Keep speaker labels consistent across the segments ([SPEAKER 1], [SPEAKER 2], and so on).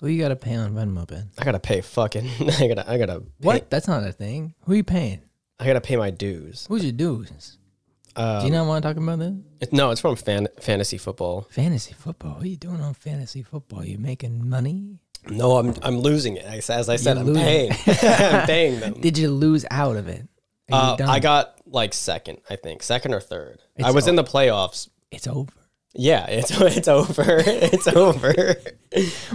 [SPEAKER 1] Who you gotta pay on Venmo, Ben?
[SPEAKER 2] I gotta pay fucking. I gotta. I gotta.
[SPEAKER 1] What?
[SPEAKER 2] pay-
[SPEAKER 1] That's not a thing. Who you paying?
[SPEAKER 2] I gotta pay my dues.
[SPEAKER 1] Who's your dudes?
[SPEAKER 2] Um,
[SPEAKER 1] Do you not want to talk about this?
[SPEAKER 2] it- no, it's from fan, fantasy football.
[SPEAKER 1] Fantasy football. What are you doing on fantasy football? You making money?
[SPEAKER 2] No, I'm I'm losing it. As, as I said,
[SPEAKER 1] You're
[SPEAKER 2] I'm
[SPEAKER 1] losing.
[SPEAKER 2] paying. I'm paying them.
[SPEAKER 1] Did you lose out of it? Are you
[SPEAKER 2] Uh,
[SPEAKER 1] done?
[SPEAKER 2] I got like second, I think, second or third. I
[SPEAKER 1] It's
[SPEAKER 2] was in
[SPEAKER 1] o-
[SPEAKER 2] the playoffs.
[SPEAKER 1] It's over.
[SPEAKER 2] Yeah, it's it's over. it's over.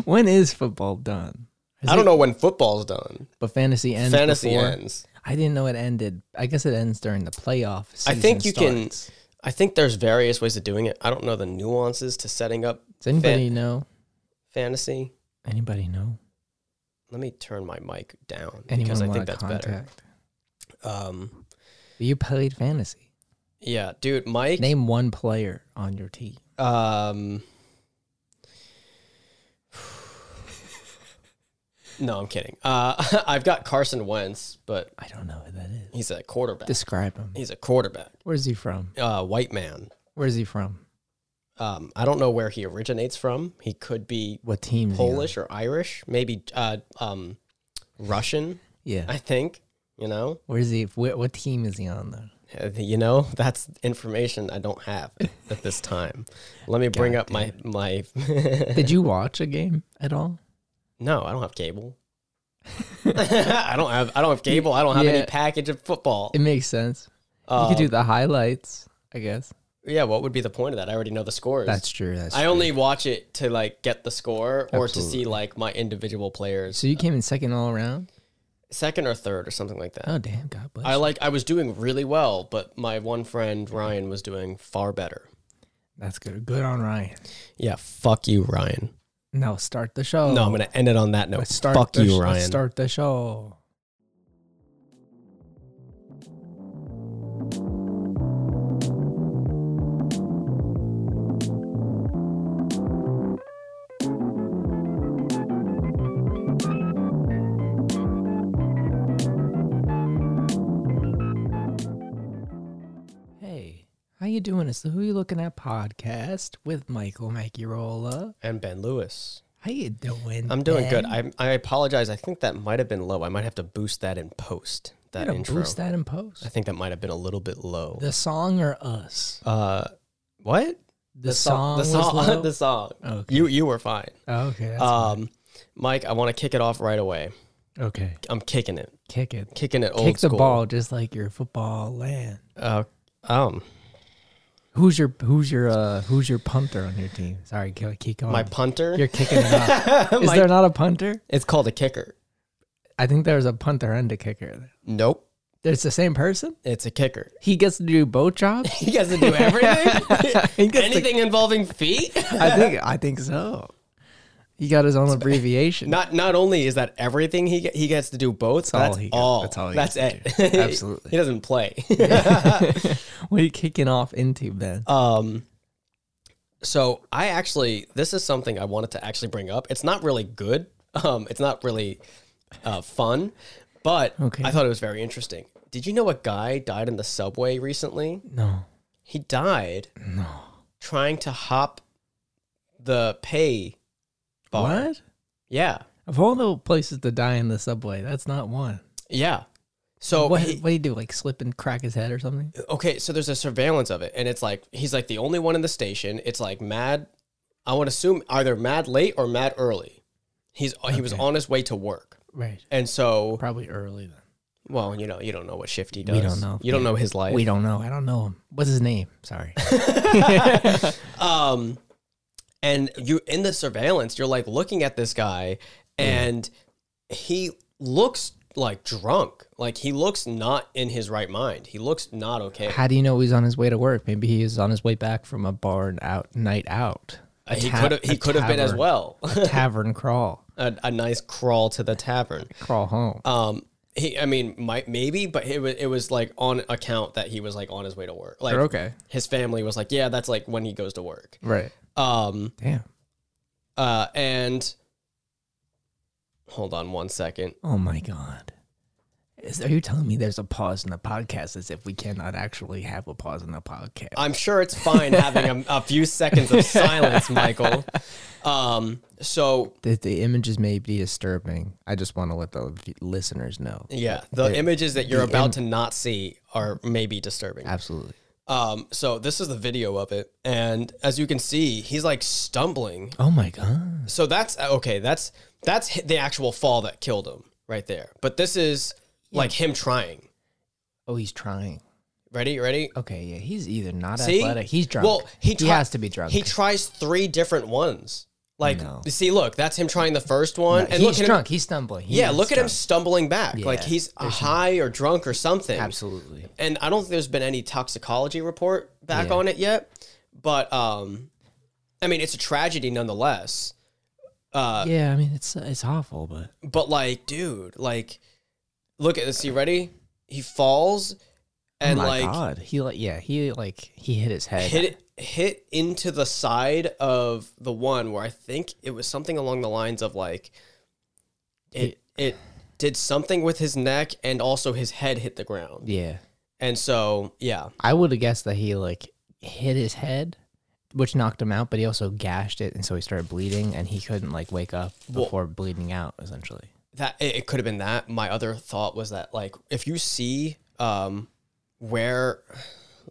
[SPEAKER 1] When is football done? Is
[SPEAKER 2] I
[SPEAKER 1] it-
[SPEAKER 2] don't know when football's done.
[SPEAKER 1] But fantasy ends.
[SPEAKER 2] Fantasy
[SPEAKER 1] before-
[SPEAKER 2] ends.
[SPEAKER 1] I didn't know it ended. I guess it ends during the playoff.
[SPEAKER 2] I think you
[SPEAKER 1] season
[SPEAKER 2] can.
[SPEAKER 1] starts.
[SPEAKER 2] I think there's various ways of doing it. I don't know the nuances to setting up
[SPEAKER 1] Does anybody know?
[SPEAKER 2] fantasy.
[SPEAKER 1] Anybody know?
[SPEAKER 2] Let me turn my mic down
[SPEAKER 1] Anyone
[SPEAKER 2] because I
[SPEAKER 1] want
[SPEAKER 2] think
[SPEAKER 1] to
[SPEAKER 2] that's
[SPEAKER 1] contact?
[SPEAKER 2] better. Um,
[SPEAKER 1] You played fantasy.
[SPEAKER 2] yeah, dude, Mike.
[SPEAKER 1] Name one player on your team.
[SPEAKER 2] Um, no, I'm kidding. Uh, I've got Carson Wentz, but
[SPEAKER 1] I don't know who that is.
[SPEAKER 2] he's a quarterback.
[SPEAKER 1] Describe him.
[SPEAKER 2] He's a quarterback,
[SPEAKER 1] Where's he from?
[SPEAKER 2] uh, white man.
[SPEAKER 1] Where's he from?
[SPEAKER 2] Um, I don't know where he originates from. He could be
[SPEAKER 1] What team? is he on?
[SPEAKER 2] Polish or Irish, maybe uh, um, Russian.
[SPEAKER 1] Yeah.
[SPEAKER 2] I think you know.
[SPEAKER 1] Where's he? Where, what team is he on though?
[SPEAKER 2] Uh, You know, that's information I don't have at this time. Let me bring up my my.
[SPEAKER 1] Did you watch a game at all?
[SPEAKER 2] No, I don't have cable. I don't have I don't have cable. I don't have any
[SPEAKER 1] Yeah.
[SPEAKER 2] package of football.
[SPEAKER 1] It makes sense.
[SPEAKER 2] Uh,
[SPEAKER 1] you could do the highlights, I guess.
[SPEAKER 2] yeah, what would be the point of that? I already know the scores.
[SPEAKER 1] That's true. That's
[SPEAKER 2] I
[SPEAKER 1] true.
[SPEAKER 2] only watch it to like get the score or to see
[SPEAKER 1] Absolutely.
[SPEAKER 2] like my individual players,
[SPEAKER 1] So you came in second all around.
[SPEAKER 2] second or third or something like that.
[SPEAKER 1] Oh damn! God bless.
[SPEAKER 2] I like I was doing really well, but my one friend Ryan was doing far better.
[SPEAKER 1] That's good. Good on Ryan.
[SPEAKER 2] Yeah, fuck you, Ryan.
[SPEAKER 1] No, start the show.
[SPEAKER 2] No, I'm gonna end it on that note.
[SPEAKER 1] Oh. Let's start
[SPEAKER 2] fuck
[SPEAKER 1] the sh-
[SPEAKER 2] you,
[SPEAKER 1] Let's
[SPEAKER 2] Ryan.
[SPEAKER 1] start the show. Hey, how you doing? It's the Who You Looking At podcast with Michael Macirola.
[SPEAKER 2] and Ben Lewis.
[SPEAKER 1] How you doing?
[SPEAKER 2] I'm
[SPEAKER 1] Ben?
[SPEAKER 2] doing good. I I apologize. I think that might have been low. I might have to boost that in post. That
[SPEAKER 1] Gotta
[SPEAKER 2] intro.
[SPEAKER 1] boost that in
[SPEAKER 2] I
[SPEAKER 1] post.
[SPEAKER 2] think that might have been a little bit low.
[SPEAKER 1] The song or us?
[SPEAKER 2] uh, what?
[SPEAKER 1] The, song.
[SPEAKER 2] The
[SPEAKER 1] was
[SPEAKER 2] song.
[SPEAKER 1] low?
[SPEAKER 2] the song.
[SPEAKER 1] Okay.
[SPEAKER 2] You you were fine.
[SPEAKER 1] Oh, okay. That's
[SPEAKER 2] um, Mike, I want to kick it off right away.
[SPEAKER 1] fine. Okay.
[SPEAKER 2] I'm kicking it,
[SPEAKER 1] Kick it.
[SPEAKER 2] kicking it old
[SPEAKER 1] Kick the
[SPEAKER 2] school.
[SPEAKER 1] ball just like your football land.
[SPEAKER 2] Uh, um,
[SPEAKER 1] Who's your Who's your uh Who's your punter on your team? Sorry, go- keep going.
[SPEAKER 2] my punter.
[SPEAKER 1] You're kicking it off. Is
[SPEAKER 2] My-
[SPEAKER 1] there not a punter?
[SPEAKER 2] it's called a kicker.
[SPEAKER 1] I think there's a punter and a kicker.
[SPEAKER 2] Nope,
[SPEAKER 1] There's the same person.
[SPEAKER 2] it's a kicker.
[SPEAKER 1] He gets to do both jobs.
[SPEAKER 2] He gets to do everything.
[SPEAKER 1] He gets to-
[SPEAKER 2] Anything involving feet.
[SPEAKER 1] I think. I think so. He got his own abbreviation.
[SPEAKER 2] Not not only is that everything he ge- he gets to do both. That's,
[SPEAKER 1] all
[SPEAKER 2] all.
[SPEAKER 1] he gets-
[SPEAKER 2] That's
[SPEAKER 1] that's all he gets
[SPEAKER 2] it.
[SPEAKER 1] to do. Absolutely.
[SPEAKER 2] he doesn't play.
[SPEAKER 1] what are you kicking off into, Ben?
[SPEAKER 2] Um, so I actually, this is something I wanted to actually bring up. It's not really good. Um, it's not really uh, fun, but
[SPEAKER 1] Okay.
[SPEAKER 2] I thought it was very interesting. Did you know a guy died in the subway recently?
[SPEAKER 1] no.
[SPEAKER 2] He died trying to hop the pay bar.
[SPEAKER 1] What?
[SPEAKER 2] Yeah,
[SPEAKER 1] Of all the places to die in the subway, that's not one.
[SPEAKER 2] yeah. So
[SPEAKER 1] What
[SPEAKER 2] Oh, he- Uh,
[SPEAKER 1] what do you do? Like slip and crack his head or something?
[SPEAKER 2] okay, so there's a surveillance of it, and it's like he's like the only one in the station. It's like mad. I would assume either mad late or mad early. He's he was
[SPEAKER 1] Okay.
[SPEAKER 2] on his way to work,
[SPEAKER 1] Right.
[SPEAKER 2] and so
[SPEAKER 1] Probably early then.
[SPEAKER 2] well, you know, you don't know what shift he does.
[SPEAKER 1] We don't know.
[SPEAKER 2] You don't know his life.
[SPEAKER 1] We don't know. I don't know him. What's his name? Sorry.
[SPEAKER 2] um, and you in the surveillance, you're like looking at this guy, and he looks like drunk. Like he looks not in his right mind. He looks not okay.
[SPEAKER 1] How do you know he's on his way to work? Maybe he is on his way back from a bar and out night out. A
[SPEAKER 2] Uh, he
[SPEAKER 1] ta-
[SPEAKER 2] could have he
[SPEAKER 1] a
[SPEAKER 2] could have been as
[SPEAKER 1] tavern-
[SPEAKER 2] well.
[SPEAKER 1] a tavern crawl.
[SPEAKER 2] a, a nice crawl to the tavern.
[SPEAKER 1] Crawl home.
[SPEAKER 2] Um, he, I mean, might maybe, but it was it was like on account that he was like on his way to work. Like,
[SPEAKER 1] okay.
[SPEAKER 2] his family was like, yeah, that's like when he goes to work.
[SPEAKER 1] Right.
[SPEAKER 2] Um,
[SPEAKER 1] Damn.
[SPEAKER 2] uh, and hold on one second.
[SPEAKER 1] Oh my god. Is, are you telling me there's a pause in the podcast as if we cannot actually have a pause in the podcast?
[SPEAKER 2] I'm sure it's fine having a, a few seconds of silence, Michael. Um, so
[SPEAKER 1] the, the images may be disturbing. I just want to let the v- listeners know.
[SPEAKER 2] yeah, the images that you're about to not see are maybe disturbing.
[SPEAKER 1] Absolutely.
[SPEAKER 2] Um, so this is the video of it, and as you can see, he's like stumbling.
[SPEAKER 1] Oh my god.
[SPEAKER 2] So that's okay. That's that's hi- the actual fall that killed him right there. But this is like him trying.
[SPEAKER 1] Oh, he's trying.
[SPEAKER 2] Ready, ready.
[SPEAKER 1] Okay, yeah, he's either not
[SPEAKER 2] See?
[SPEAKER 1] athletic. He's drunk.
[SPEAKER 2] Well, he tri-
[SPEAKER 1] has to be drunk.
[SPEAKER 2] He tries three different ones. Like,
[SPEAKER 1] No.
[SPEAKER 2] you see, look, that's him trying the first one, and
[SPEAKER 1] he's
[SPEAKER 2] look at him.
[SPEAKER 1] drunk. He's stumbling. He
[SPEAKER 2] Yeah,
[SPEAKER 1] is
[SPEAKER 2] look at him
[SPEAKER 1] drunk.
[SPEAKER 2] stumbling back, like
[SPEAKER 1] Yeah,
[SPEAKER 2] he's high or drunk or something.
[SPEAKER 1] Absolutely.
[SPEAKER 2] And I don't think there's been any toxicology report back
[SPEAKER 1] Yeah.
[SPEAKER 2] on it yet, but um, I mean, it's a tragedy nonetheless. Uh,
[SPEAKER 1] yeah, I mean it's it's awful, but oh
[SPEAKER 2] but like, dude, like, look at this. You ready? He falls
[SPEAKER 1] oh
[SPEAKER 2] and
[SPEAKER 1] my
[SPEAKER 2] like
[SPEAKER 1] god, he like yeah, he like he hit his head.
[SPEAKER 2] hit hit into the side of the one where I think it was something along the lines of like it it did something with his neck and also his head hit the ground.
[SPEAKER 1] Yeah,
[SPEAKER 2] And so, yeah.
[SPEAKER 1] I would have guessed that he like hit his head, which knocked him out, but he also gashed it, and so he started bleeding, and he couldn't like wake up
[SPEAKER 2] Well-
[SPEAKER 1] before bleeding out. Essentially,
[SPEAKER 2] that it, it could have been that. My other thought was that like if you see um where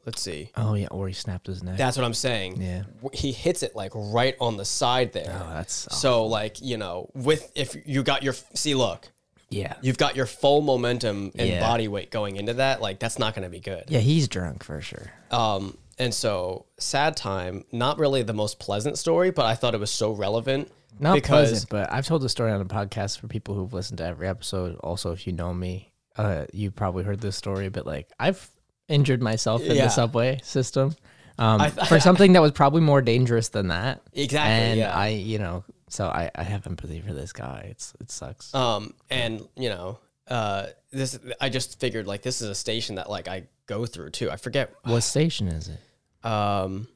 [SPEAKER 2] let's see.
[SPEAKER 1] oh yeah, or he snapped his neck.
[SPEAKER 2] That's what I'm saying.
[SPEAKER 1] Yeah.
[SPEAKER 2] W- He hits it like right on the side there.
[SPEAKER 1] oh, that's
[SPEAKER 2] so like, you know, with if you got your see look,
[SPEAKER 1] yeah,
[SPEAKER 2] you've got your full momentum and
[SPEAKER 1] Yeah.
[SPEAKER 2] body weight going into that, like that's not going to be good.
[SPEAKER 1] yeah, he's drunk for sure.
[SPEAKER 2] Um, and so sad time, not really the most pleasant story, but I thought it was so relevant
[SPEAKER 1] Not pleasant, but I've told the story on the podcast for people who've listened to every episode. Also, if you know me, uh, you probably heard this story, but like I've injured myself in
[SPEAKER 2] Yeah.
[SPEAKER 1] the subway system um,
[SPEAKER 2] I th-
[SPEAKER 1] for something that was probably more dangerous than that.
[SPEAKER 2] Exactly,
[SPEAKER 1] And
[SPEAKER 2] yeah.
[SPEAKER 1] I, you know, so I, I have empathy for this guy. It's it sucks.
[SPEAKER 2] um, and you know, uh, this, I just figured like, this is a station that like I go through too. I forget.
[SPEAKER 1] what station is it?
[SPEAKER 2] Um,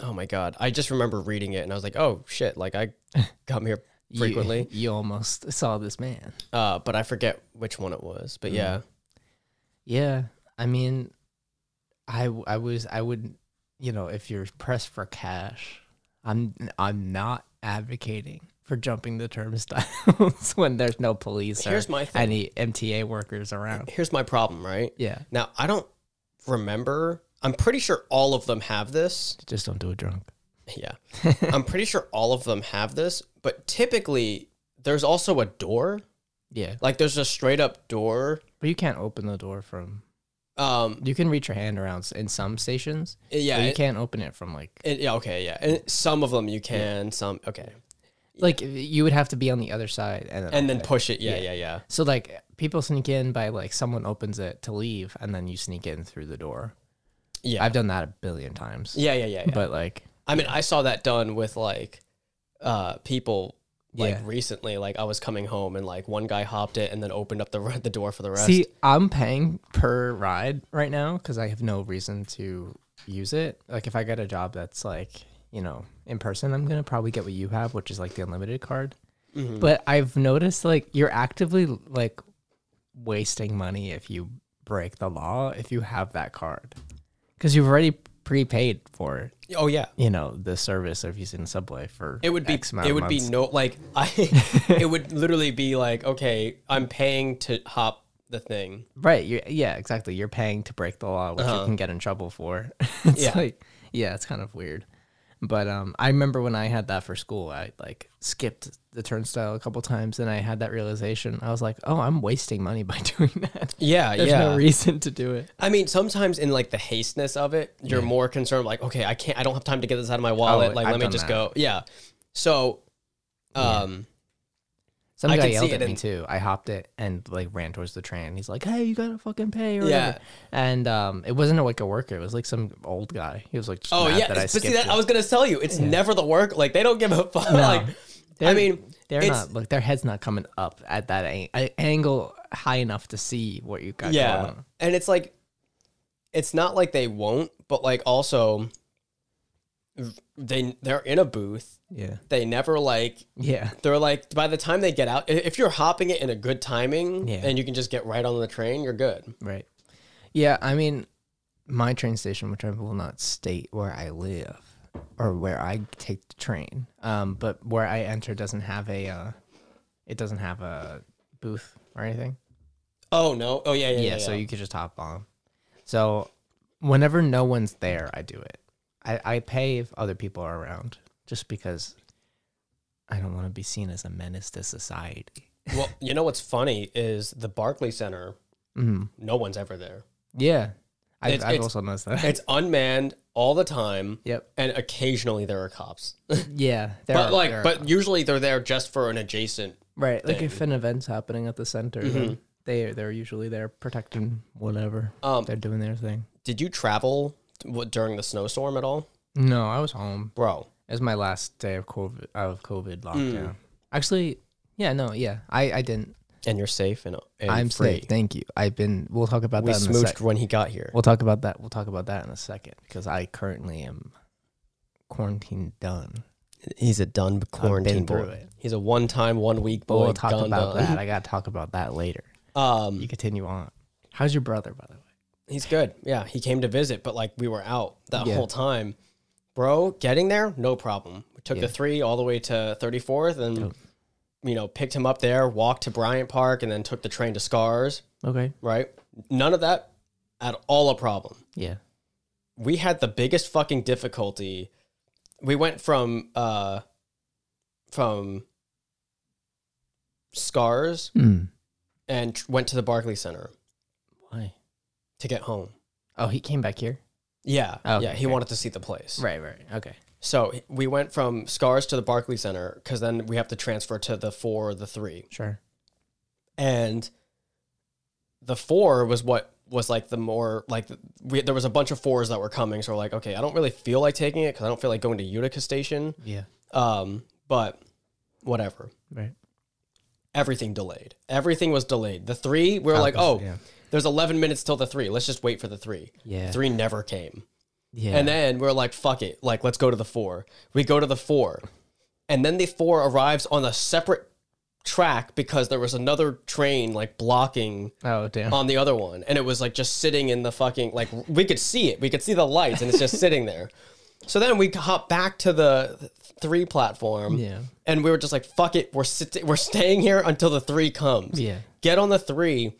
[SPEAKER 2] oh my God. I just remember reading it and I was like, oh shit. Like I come here
[SPEAKER 1] You-
[SPEAKER 2] frequently,
[SPEAKER 1] you, almost saw this man.
[SPEAKER 2] uh, but I forget which one it was,
[SPEAKER 1] Mm-hmm.
[SPEAKER 2] but yeah.
[SPEAKER 1] Yeah, I mean, I w- I was I would you know if you're pressed for cash, I'm I'm not advocating for jumping the turnstiles when there's no police
[SPEAKER 2] Here's
[SPEAKER 1] or
[SPEAKER 2] my thing.
[SPEAKER 1] any MTA workers around.
[SPEAKER 2] Here's my problem, right?
[SPEAKER 1] Yeah,
[SPEAKER 2] Now, I don't remember. I'm pretty sure all of them have this.
[SPEAKER 1] just don't do it drunk.
[SPEAKER 2] Yeah. I'm pretty sure all of them have this, but typically there's also a door.
[SPEAKER 1] Yeah,
[SPEAKER 2] Like there's a straight up door.
[SPEAKER 1] but you can't open the door from.
[SPEAKER 2] Um
[SPEAKER 1] You can reach your hand around s- in some stations.
[SPEAKER 2] yeah,
[SPEAKER 1] but Oh, you
[SPEAKER 2] it-
[SPEAKER 1] can't open it from like
[SPEAKER 2] it- yeah, okay, yeah. And some of them you can, some okay.
[SPEAKER 1] like you would have to be on the other side and then
[SPEAKER 2] And then
[SPEAKER 1] open it.
[SPEAKER 2] push it. Yeah, yeah, yeah.
[SPEAKER 1] So like people sneak in by like someone opens it to leave and then you sneak in through the door.
[SPEAKER 2] Yeah.
[SPEAKER 1] I've done that a billion times.
[SPEAKER 2] Yeah, yeah, yeah. yeah.
[SPEAKER 1] But like
[SPEAKER 2] I mean, I saw that done with like uh people like
[SPEAKER 1] Yeah.
[SPEAKER 2] recently like I was coming home and like one guy hopped it and then opened up the re- the door for the rest.
[SPEAKER 1] see I'm paying per ride right now cuz I have no reason to use it. Like if I get a job that's like, you know, in person, I'm going to probably get what you have, which is like the unlimited card.
[SPEAKER 2] Mm-hmm.
[SPEAKER 1] But I've noticed like you're actively like wasting money if you break the law if you have that card. Cuz you've already prepaid for it.
[SPEAKER 2] oh yeah.
[SPEAKER 1] you know the service of using the subway for
[SPEAKER 2] It would be
[SPEAKER 1] X amount
[SPEAKER 2] it
[SPEAKER 1] of
[SPEAKER 2] would be
[SPEAKER 1] months.
[SPEAKER 2] no like I it would literally be like okay I'm paying to hop the thing
[SPEAKER 1] right you yeah exactly you're paying to break the law which you can get in trouble for it's
[SPEAKER 2] Uh-huh. Yeah.
[SPEAKER 1] like yeah it's kind of weird but um i remember when i had that for school i like skipped the turnstile a couple times and i had that realization i was like oh i'm wasting money by doing that
[SPEAKER 2] yeah
[SPEAKER 1] there's
[SPEAKER 2] yeah
[SPEAKER 1] no reason to do it
[SPEAKER 2] I mean sometimes in like the hasteness of it you're more concerned like okay I can't I don't have time to get this out of my wallet
[SPEAKER 1] Oh,
[SPEAKER 2] like
[SPEAKER 1] I've
[SPEAKER 2] let me
[SPEAKER 1] done
[SPEAKER 2] just
[SPEAKER 1] that.
[SPEAKER 2] go yeah so um
[SPEAKER 1] some
[SPEAKER 2] I
[SPEAKER 1] guy
[SPEAKER 2] can see
[SPEAKER 1] yelled
[SPEAKER 2] it
[SPEAKER 1] at me
[SPEAKER 2] in-
[SPEAKER 1] too i hopped it and like ran towards the train he's like hey you gotta fucking pay or
[SPEAKER 2] Yeah.
[SPEAKER 1] whatever and um it wasn't like a worker it was like some old guy he was like just
[SPEAKER 2] oh
[SPEAKER 1] mad
[SPEAKER 2] yeah
[SPEAKER 1] that I
[SPEAKER 2] but see
[SPEAKER 1] skipped
[SPEAKER 2] that
[SPEAKER 1] it.
[SPEAKER 2] I was gonna tell you it's never the work like they don't give a fuck like I
[SPEAKER 1] They're-
[SPEAKER 2] mean
[SPEAKER 1] they're
[SPEAKER 2] it's-
[SPEAKER 1] not. Look, their head's not coming up at that an- a- angle high enough to see what you got
[SPEAKER 2] yeah
[SPEAKER 1] going on.
[SPEAKER 2] and it's like it's not like they won't but like also they they're in a booth.
[SPEAKER 1] Yeah.
[SPEAKER 2] They never like
[SPEAKER 1] Yeah.
[SPEAKER 2] they're like by the time they get out i- if you're hopping it in a good timing
[SPEAKER 1] Yeah.
[SPEAKER 2] and you can just get right on the train, you're good.
[SPEAKER 1] Right. Yeah, I mean, my train station, which I will not state where I live or where I take the train, um, but where I enter doesn't have a, uh, it doesn't have a booth or anything.
[SPEAKER 2] Oh no. Oh yeah, yeah,
[SPEAKER 1] Yeah,
[SPEAKER 2] yeah.
[SPEAKER 1] so
[SPEAKER 2] yeah.
[SPEAKER 1] you could just hop on. So whenever no one's there, I do it. I, I pay if other people are around, just because I don't want to be seen as a menace to society.
[SPEAKER 2] well, you know what's funny is the Barclay Center,
[SPEAKER 1] Mm.
[SPEAKER 2] no one's ever there.
[SPEAKER 1] Yeah, I,
[SPEAKER 2] It's-
[SPEAKER 1] I've
[SPEAKER 2] it's-
[SPEAKER 1] also noticed that.
[SPEAKER 2] It's unmanned all the time.
[SPEAKER 1] Yep.
[SPEAKER 2] And occasionally there are cops.
[SPEAKER 1] Yeah, there
[SPEAKER 2] but
[SPEAKER 1] are-
[SPEAKER 2] like
[SPEAKER 1] there are-
[SPEAKER 2] but usually they're there just for an adjacent
[SPEAKER 1] Right, like if an event's happening at the center,
[SPEAKER 2] Mm-hmm.
[SPEAKER 1] then they they're usually there protecting whatever
[SPEAKER 2] Um,
[SPEAKER 1] they're doing their thing.
[SPEAKER 2] Did you travel w- during the snowstorm at all?
[SPEAKER 1] No, I was home.
[SPEAKER 2] Bro,
[SPEAKER 1] It was my last day of COVID of COVID
[SPEAKER 2] Mm.
[SPEAKER 1] lockdown. Actually, yeah, no, yeah, I I didn't.
[SPEAKER 2] and you're safe and, and
[SPEAKER 1] I'm
[SPEAKER 2] free.
[SPEAKER 1] safe. Thank you. I've been. We'll talk about
[SPEAKER 2] We
[SPEAKER 1] that. In a
[SPEAKER 2] smooched
[SPEAKER 1] sec.
[SPEAKER 2] when he got here.
[SPEAKER 1] We'll talk about that. We'll talk about that in a second because I currently am quarantined done.
[SPEAKER 2] He's a done quarantine
[SPEAKER 1] through
[SPEAKER 2] boy.
[SPEAKER 1] it.
[SPEAKER 2] He's a one-time, one-week boy.
[SPEAKER 1] we'll talk
[SPEAKER 2] done,
[SPEAKER 1] about
[SPEAKER 2] done.
[SPEAKER 1] that. I gotta talk about that later.
[SPEAKER 2] Um,
[SPEAKER 1] You continue on. How's your brother, by the way?
[SPEAKER 2] he's good. Yeah, he came to visit, but like we were out that
[SPEAKER 1] Yeah.
[SPEAKER 2] whole time. Bro, getting there, no problem. We took
[SPEAKER 1] Yeah.
[SPEAKER 2] the three all the way to 34th, and you know, picked him up there, walked to Bryant Park, and then took the train to Scars.
[SPEAKER 1] Okay.
[SPEAKER 2] Right? None of that at all a problem.
[SPEAKER 1] Yeah.
[SPEAKER 2] we had the biggest fucking difficulty. We went from uh from Scars
[SPEAKER 1] Hmm.
[SPEAKER 2] and tr- went to the Barclay Center
[SPEAKER 1] Why?
[SPEAKER 2] to get home.
[SPEAKER 1] Oh, he came back here.
[SPEAKER 2] Yeah,
[SPEAKER 1] Oh,
[SPEAKER 2] yeah. He
[SPEAKER 1] okay.
[SPEAKER 2] wanted to see the place,
[SPEAKER 1] Right, right. Okay.
[SPEAKER 2] so h- we went from Scars to the Barclay Center because then we have to transfer to the four or the three,
[SPEAKER 1] Sure.
[SPEAKER 2] and the four was what was like the more like the, we, there was a bunch of fours that were coming. So we're like, okay, I don't really feel like taking it because I don't feel like going to Utica Station.
[SPEAKER 1] Yeah.
[SPEAKER 2] Um, but whatever.
[SPEAKER 1] Right.
[SPEAKER 2] Everything delayed. Everything was delayed. The three, we were like,
[SPEAKER 1] Opposite,
[SPEAKER 2] oh,
[SPEAKER 1] yeah.
[SPEAKER 2] there's 11 minutes till the three. Let's just wait for the three.
[SPEAKER 1] Yeah.
[SPEAKER 2] Three never came.
[SPEAKER 1] Yeah.
[SPEAKER 2] And then we are like, fuck it. Like, let's go to the four. We go to the four. And then the four arrives on a separate track because there was another train like blocking
[SPEAKER 1] oh damn.
[SPEAKER 2] on the other one. And it was like just sitting in the fucking, like, we could see it. We could see the lights and it's just sitting there. So then we hop back to the th- three platform
[SPEAKER 1] yeah.
[SPEAKER 2] and we were just like, "Fuck it, we're sit- we're staying here until the three comes."
[SPEAKER 1] Yeah.
[SPEAKER 2] Get on the three.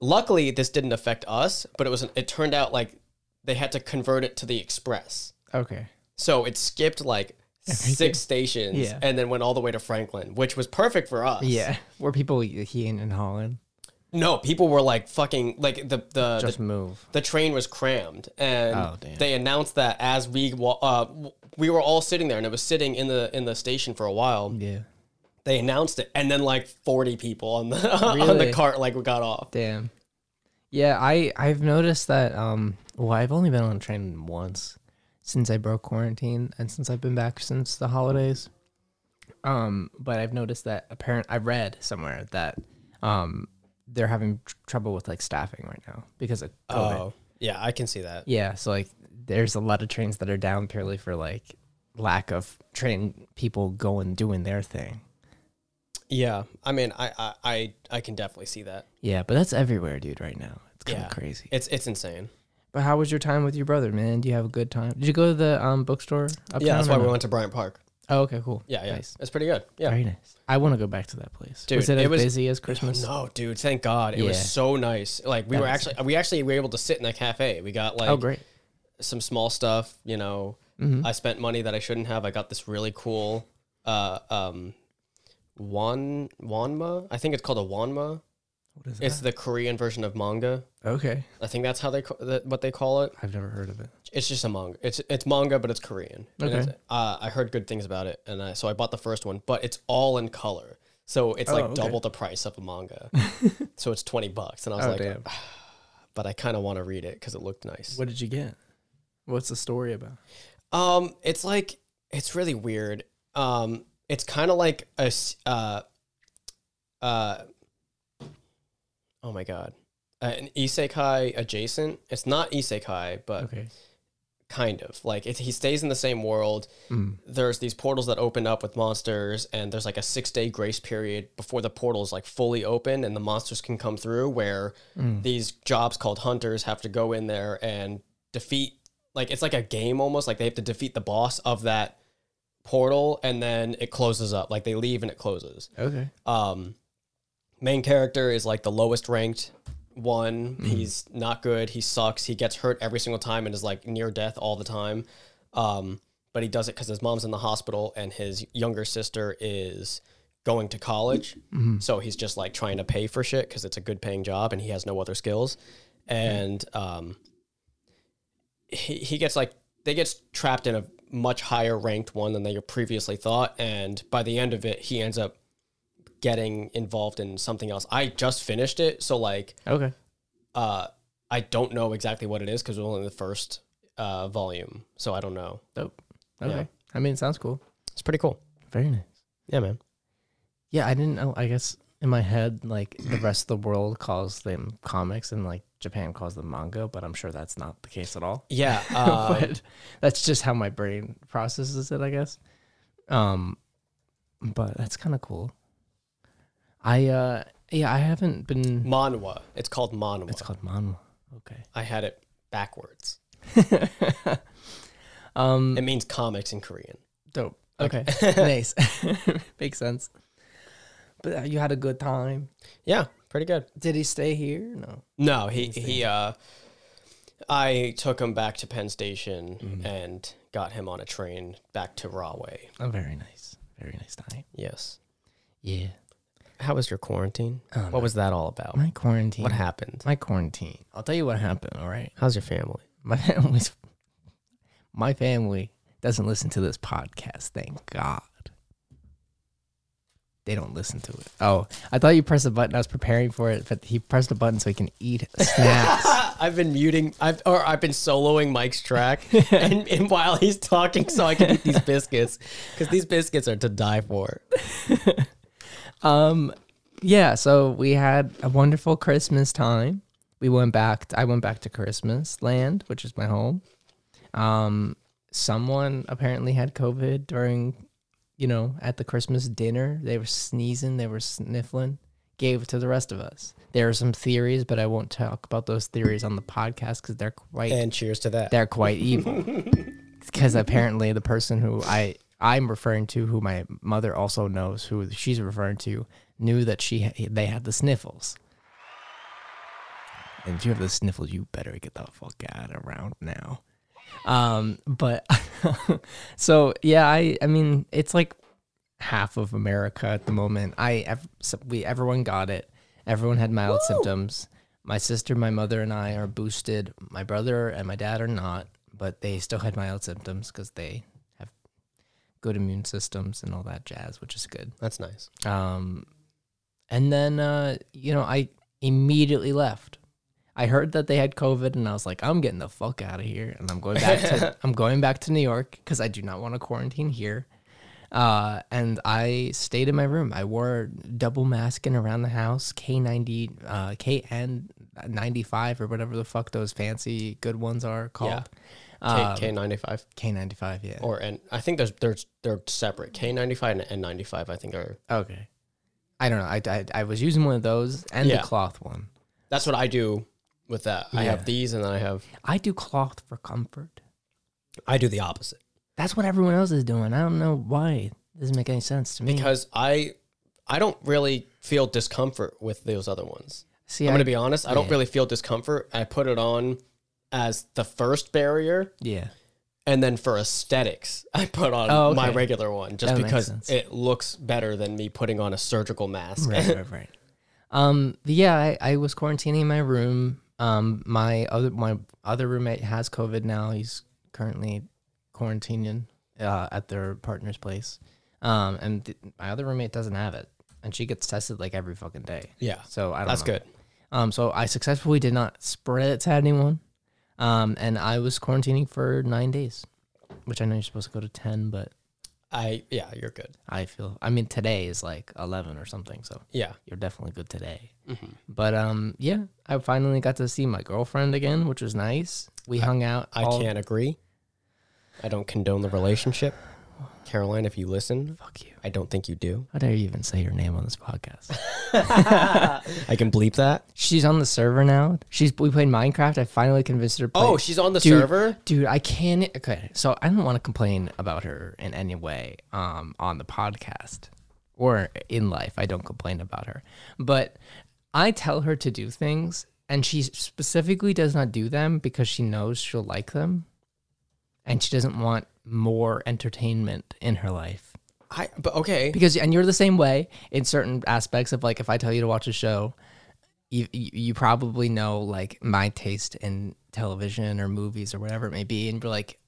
[SPEAKER 2] Luckily, this didn't affect us, but it was. It turned out like they had to convert it to the express,
[SPEAKER 1] Okay.
[SPEAKER 2] so it skipped like six stations
[SPEAKER 1] Yeah.
[SPEAKER 2] and then went all the way to Franklin, which was perfect for us.
[SPEAKER 1] Yeah. Were people he ain't in Holland?
[SPEAKER 2] No, people were like fucking like the the
[SPEAKER 1] Just
[SPEAKER 2] the,
[SPEAKER 1] move.
[SPEAKER 2] the train was crammed, and
[SPEAKER 1] Oh, damn.
[SPEAKER 2] they announced that as we wa- uh w- we were all sitting there, and it was sitting in the in the station for a while.
[SPEAKER 1] Yeah.
[SPEAKER 2] they announced it and then like 40 people on the on the
[SPEAKER 1] Really?
[SPEAKER 2] cart like got off
[SPEAKER 1] Damn. Yeah, I I've noticed that. Um. Well, I've only been on a train once since I broke quarantine, and since I've been back since the holidays. Um. But I've noticed that apparent. I read somewhere that um they're having tr- trouble with like staffing right now because of COVID.
[SPEAKER 2] oh yeah i can see that
[SPEAKER 1] Yeah, so like there's a lot of trains that are down purely for like lack of train people going doing their thing.
[SPEAKER 2] yeah i mean i i i, I can definitely see that
[SPEAKER 1] Yeah, but that's everywhere, dude, right now. It's kind
[SPEAKER 2] Yeah.
[SPEAKER 1] of crazy.
[SPEAKER 2] it's it's insane
[SPEAKER 1] But how was your time with your brother, man? Do you have a good time? Did you go to the um bookstore? Uptown
[SPEAKER 2] yeah that's why
[SPEAKER 1] or
[SPEAKER 2] we
[SPEAKER 1] no?
[SPEAKER 2] went to bryant park
[SPEAKER 1] Oh, okay, cool.
[SPEAKER 2] yeah yeah
[SPEAKER 1] Nice.
[SPEAKER 2] it's pretty good yeah
[SPEAKER 1] Very nice. I want to go back to that place.
[SPEAKER 2] Dude,
[SPEAKER 1] was it,
[SPEAKER 2] it
[SPEAKER 1] as
[SPEAKER 2] was-
[SPEAKER 1] busy as Christmas?
[SPEAKER 2] no dude thank god it
[SPEAKER 1] Yeah.
[SPEAKER 2] was so nice like we were
[SPEAKER 1] was
[SPEAKER 2] actually we actually were able to sit in the cafe we got like
[SPEAKER 1] Oh, great. Mm-hmm.
[SPEAKER 2] some small stuff you know i spent money that i shouldn't have i got this really cool uh um wan wanma i think it's called a wanma
[SPEAKER 1] What is
[SPEAKER 2] it's the korean version of manga
[SPEAKER 1] Okay,
[SPEAKER 2] I think that's how they ca- that, what they call it.
[SPEAKER 1] I've never heard of it.
[SPEAKER 2] It's just a manga. It's it's manga, but it's Korean. And
[SPEAKER 1] Okay.
[SPEAKER 2] it's- uh, I heard good things about it, and I, so I bought the first one. But it's all in color, so it's like
[SPEAKER 1] Oh, okay.
[SPEAKER 2] double the price of a manga. so it's twenty bucks, and I was
[SPEAKER 1] Oh,
[SPEAKER 2] like, "Ah."
[SPEAKER 1] damn.
[SPEAKER 2] but I kind of want to read it because it looked nice.
[SPEAKER 1] What did you get? What's the story about?
[SPEAKER 2] Um, it's like it's really weird. Um, it's kind of like a s- uh, uh, oh my god, uh, an isekai adjacent. It's not isekai, but
[SPEAKER 1] Okay.
[SPEAKER 2] kind of like it, he stays in the same world
[SPEAKER 1] Mm.
[SPEAKER 2] there's these portals that open up with monsters and there's like a six day grace period before the portal is like fully open and the monsters can come through where
[SPEAKER 1] Mm.
[SPEAKER 2] these jobs called hunters have to go in there and defeat like it's like a game almost like they have to defeat the boss of that portal and then it closes up like they leave and it closes
[SPEAKER 1] Okay.
[SPEAKER 2] um main character is like the lowest ranked one he's not good he sucks he gets hurt every single time and is like near death all the time um but he does it because his mom's in the hospital and his younger sister is going to college so he's just like trying to pay for shit because it's a good paying job and he has no other skills and um he, he gets like they gets trapped in a much higher ranked one than they previously thought and by the end of it he ends up getting involved in something else. I just finished it, so like
[SPEAKER 1] Okay.
[SPEAKER 2] uh I don't know exactly what it is because we're only in the first uh volume, so I don't know.
[SPEAKER 1] Dope. Okay. I mean, it sounds cool.
[SPEAKER 2] It's pretty cool.
[SPEAKER 1] Very nice.
[SPEAKER 2] Yeah, man.
[SPEAKER 1] Yeah, I didn't know. I guess in my head, like the rest of the world calls them comics and like Japan calls them manga, but I'm sure that's not the case at all.
[SPEAKER 2] Yeah, uh,
[SPEAKER 1] but that's just how my brain processes it, I guess. Um, but that's kind of cool. I, uh, yeah, I haven't been.
[SPEAKER 2] manhwa. It's called manhwa.
[SPEAKER 1] It's called manhwa. Okay.
[SPEAKER 2] I had it backwards.
[SPEAKER 1] Um,
[SPEAKER 2] It means comics in Korean.
[SPEAKER 1] dope. Okay. nice. Makes sense. But uh, you had a good time.
[SPEAKER 2] Yeah, pretty good.
[SPEAKER 1] Did he stay here? No.
[SPEAKER 2] No, he he uh I took him back to Penn Station and got him on a train back to Rahway.
[SPEAKER 1] Oh, very nice. Very nice time.
[SPEAKER 2] Yes.
[SPEAKER 1] Yeah.
[SPEAKER 2] How was your quarantine? what was that all about?
[SPEAKER 1] Um, My quarantine.
[SPEAKER 2] What happened?
[SPEAKER 1] My quarantine. I'll tell you what happened. All right.
[SPEAKER 2] How's your family?
[SPEAKER 1] My family's. My family doesn't listen to this podcast. Thank God. They don't listen to it. Oh, I thought you pressed a button. I was preparing for it, but he pressed a button so he can eat snacks.
[SPEAKER 2] I've been muting, I've or I've been soloing Mike's track, and, and while he's talking, so I can eat these biscuits because these biscuits are to die for.
[SPEAKER 1] um, yeah. So we had a wonderful Christmas time. We went back. I went back to Christmas land, which is my home. Um, someone apparently had COVID during, you know, at the Christmas dinner. They were sneezing, they were sniffling, gave it to the rest of us. There are some theories, but I won't talk about those theories on the podcast because they're quite
[SPEAKER 2] And cheers to that.
[SPEAKER 1] they're quite evil. Because apparently the person who I I'm referring to, who my mother also knows, who she's referring to, knew that she they had the sniffles. And if you have the sniffles, you better get the fuck out around now. Um, but so yeah, I I mean it's like half of America at the moment. I ev- so we everyone got it. Everyone had mild symptoms. My sister, my mother, and I are boosted. My brother and my dad are not, but they still had mild symptoms because they have good immune systems and all that jazz, which is good.
[SPEAKER 2] That's nice.
[SPEAKER 1] Um, and then uh, you know, I immediately left. I heard that they had COVID, and I was like, I'm getting the fuck out of here, and I'm going back to I'm going back to New York because I do not want to quarantine here. Uh, and I stayed in my room. I wore double masking around the house, K90, uh, KN95 or whatever the fuck those fancy good ones are called.
[SPEAKER 2] K ninety five
[SPEAKER 1] K95, yeah.
[SPEAKER 2] or and I think there's there's they're separate. K ninety five and N ninety five. I think are
[SPEAKER 1] okay. I don't know. I, I, I was using one of those and
[SPEAKER 2] Yeah.
[SPEAKER 1] the cloth one.
[SPEAKER 2] that's what I do with that. I
[SPEAKER 1] Yeah.
[SPEAKER 2] have these, and then I have
[SPEAKER 1] I do cloth for comfort.
[SPEAKER 2] I do the opposite.
[SPEAKER 1] That's what everyone else is doing. I don't know why. It doesn't make any sense to me.
[SPEAKER 2] because I I don't really feel discomfort with those other ones.
[SPEAKER 1] See,
[SPEAKER 2] I'm gonna
[SPEAKER 1] I-
[SPEAKER 2] be honest. I don't
[SPEAKER 1] yeah.
[SPEAKER 2] really feel discomfort. I put it on as the first barrier,
[SPEAKER 1] yeah.
[SPEAKER 2] and then for aesthetics, I put on
[SPEAKER 1] Oh, okay.
[SPEAKER 2] my regular one just
[SPEAKER 1] That makes
[SPEAKER 2] because
[SPEAKER 1] sense.
[SPEAKER 2] it looks better than me putting on a surgical mask.
[SPEAKER 1] Right, right, right. Um, yeah, I, I was quarantining in my room. Um, my other my other roommate has COVID now. He's currently quarantining uh, at their partner's place. Um, and th- my other roommate doesn't have it, and she gets tested like every fucking day.
[SPEAKER 2] Yeah,
[SPEAKER 1] So I don't.
[SPEAKER 2] that's
[SPEAKER 1] know.
[SPEAKER 2] good.
[SPEAKER 1] Um, so I successfully did not spread it to anyone. Um, and I was quarantining for nine days, which I know you're supposed to go to ten, but
[SPEAKER 2] I yeah, you're good.
[SPEAKER 1] I feel I mean today is like eleven or something, so
[SPEAKER 2] Yeah,
[SPEAKER 1] you're definitely good today. But um, yeah, I finally got to see my girlfriend again, which was nice. We hung out.
[SPEAKER 2] I
[SPEAKER 1] all-
[SPEAKER 2] can't agree. I don't condone the relationship. Caroline, if you listen,
[SPEAKER 1] Fuck you.
[SPEAKER 2] I don't think you do.
[SPEAKER 1] How dare you even say your name on this podcast?
[SPEAKER 2] I can bleep that.
[SPEAKER 1] She's on the server now. She's we played Minecraft. I finally convinced her. To play.
[SPEAKER 2] Oh, she's on the
[SPEAKER 1] Dude,
[SPEAKER 2] server?
[SPEAKER 1] dude. I can. Okay, so I don't want to complain about her in any way um, on the podcast or in life. I don't complain about her, but I tell her to do things, and she specifically does not do them because she knows she'll like them, and she doesn't want more entertainment in her life
[SPEAKER 2] I but okay.
[SPEAKER 1] because and you're the same way in certain aspects of like if I tell you to watch a show, you you- you probably know like my taste in television or movies or whatever it may be, and you're like,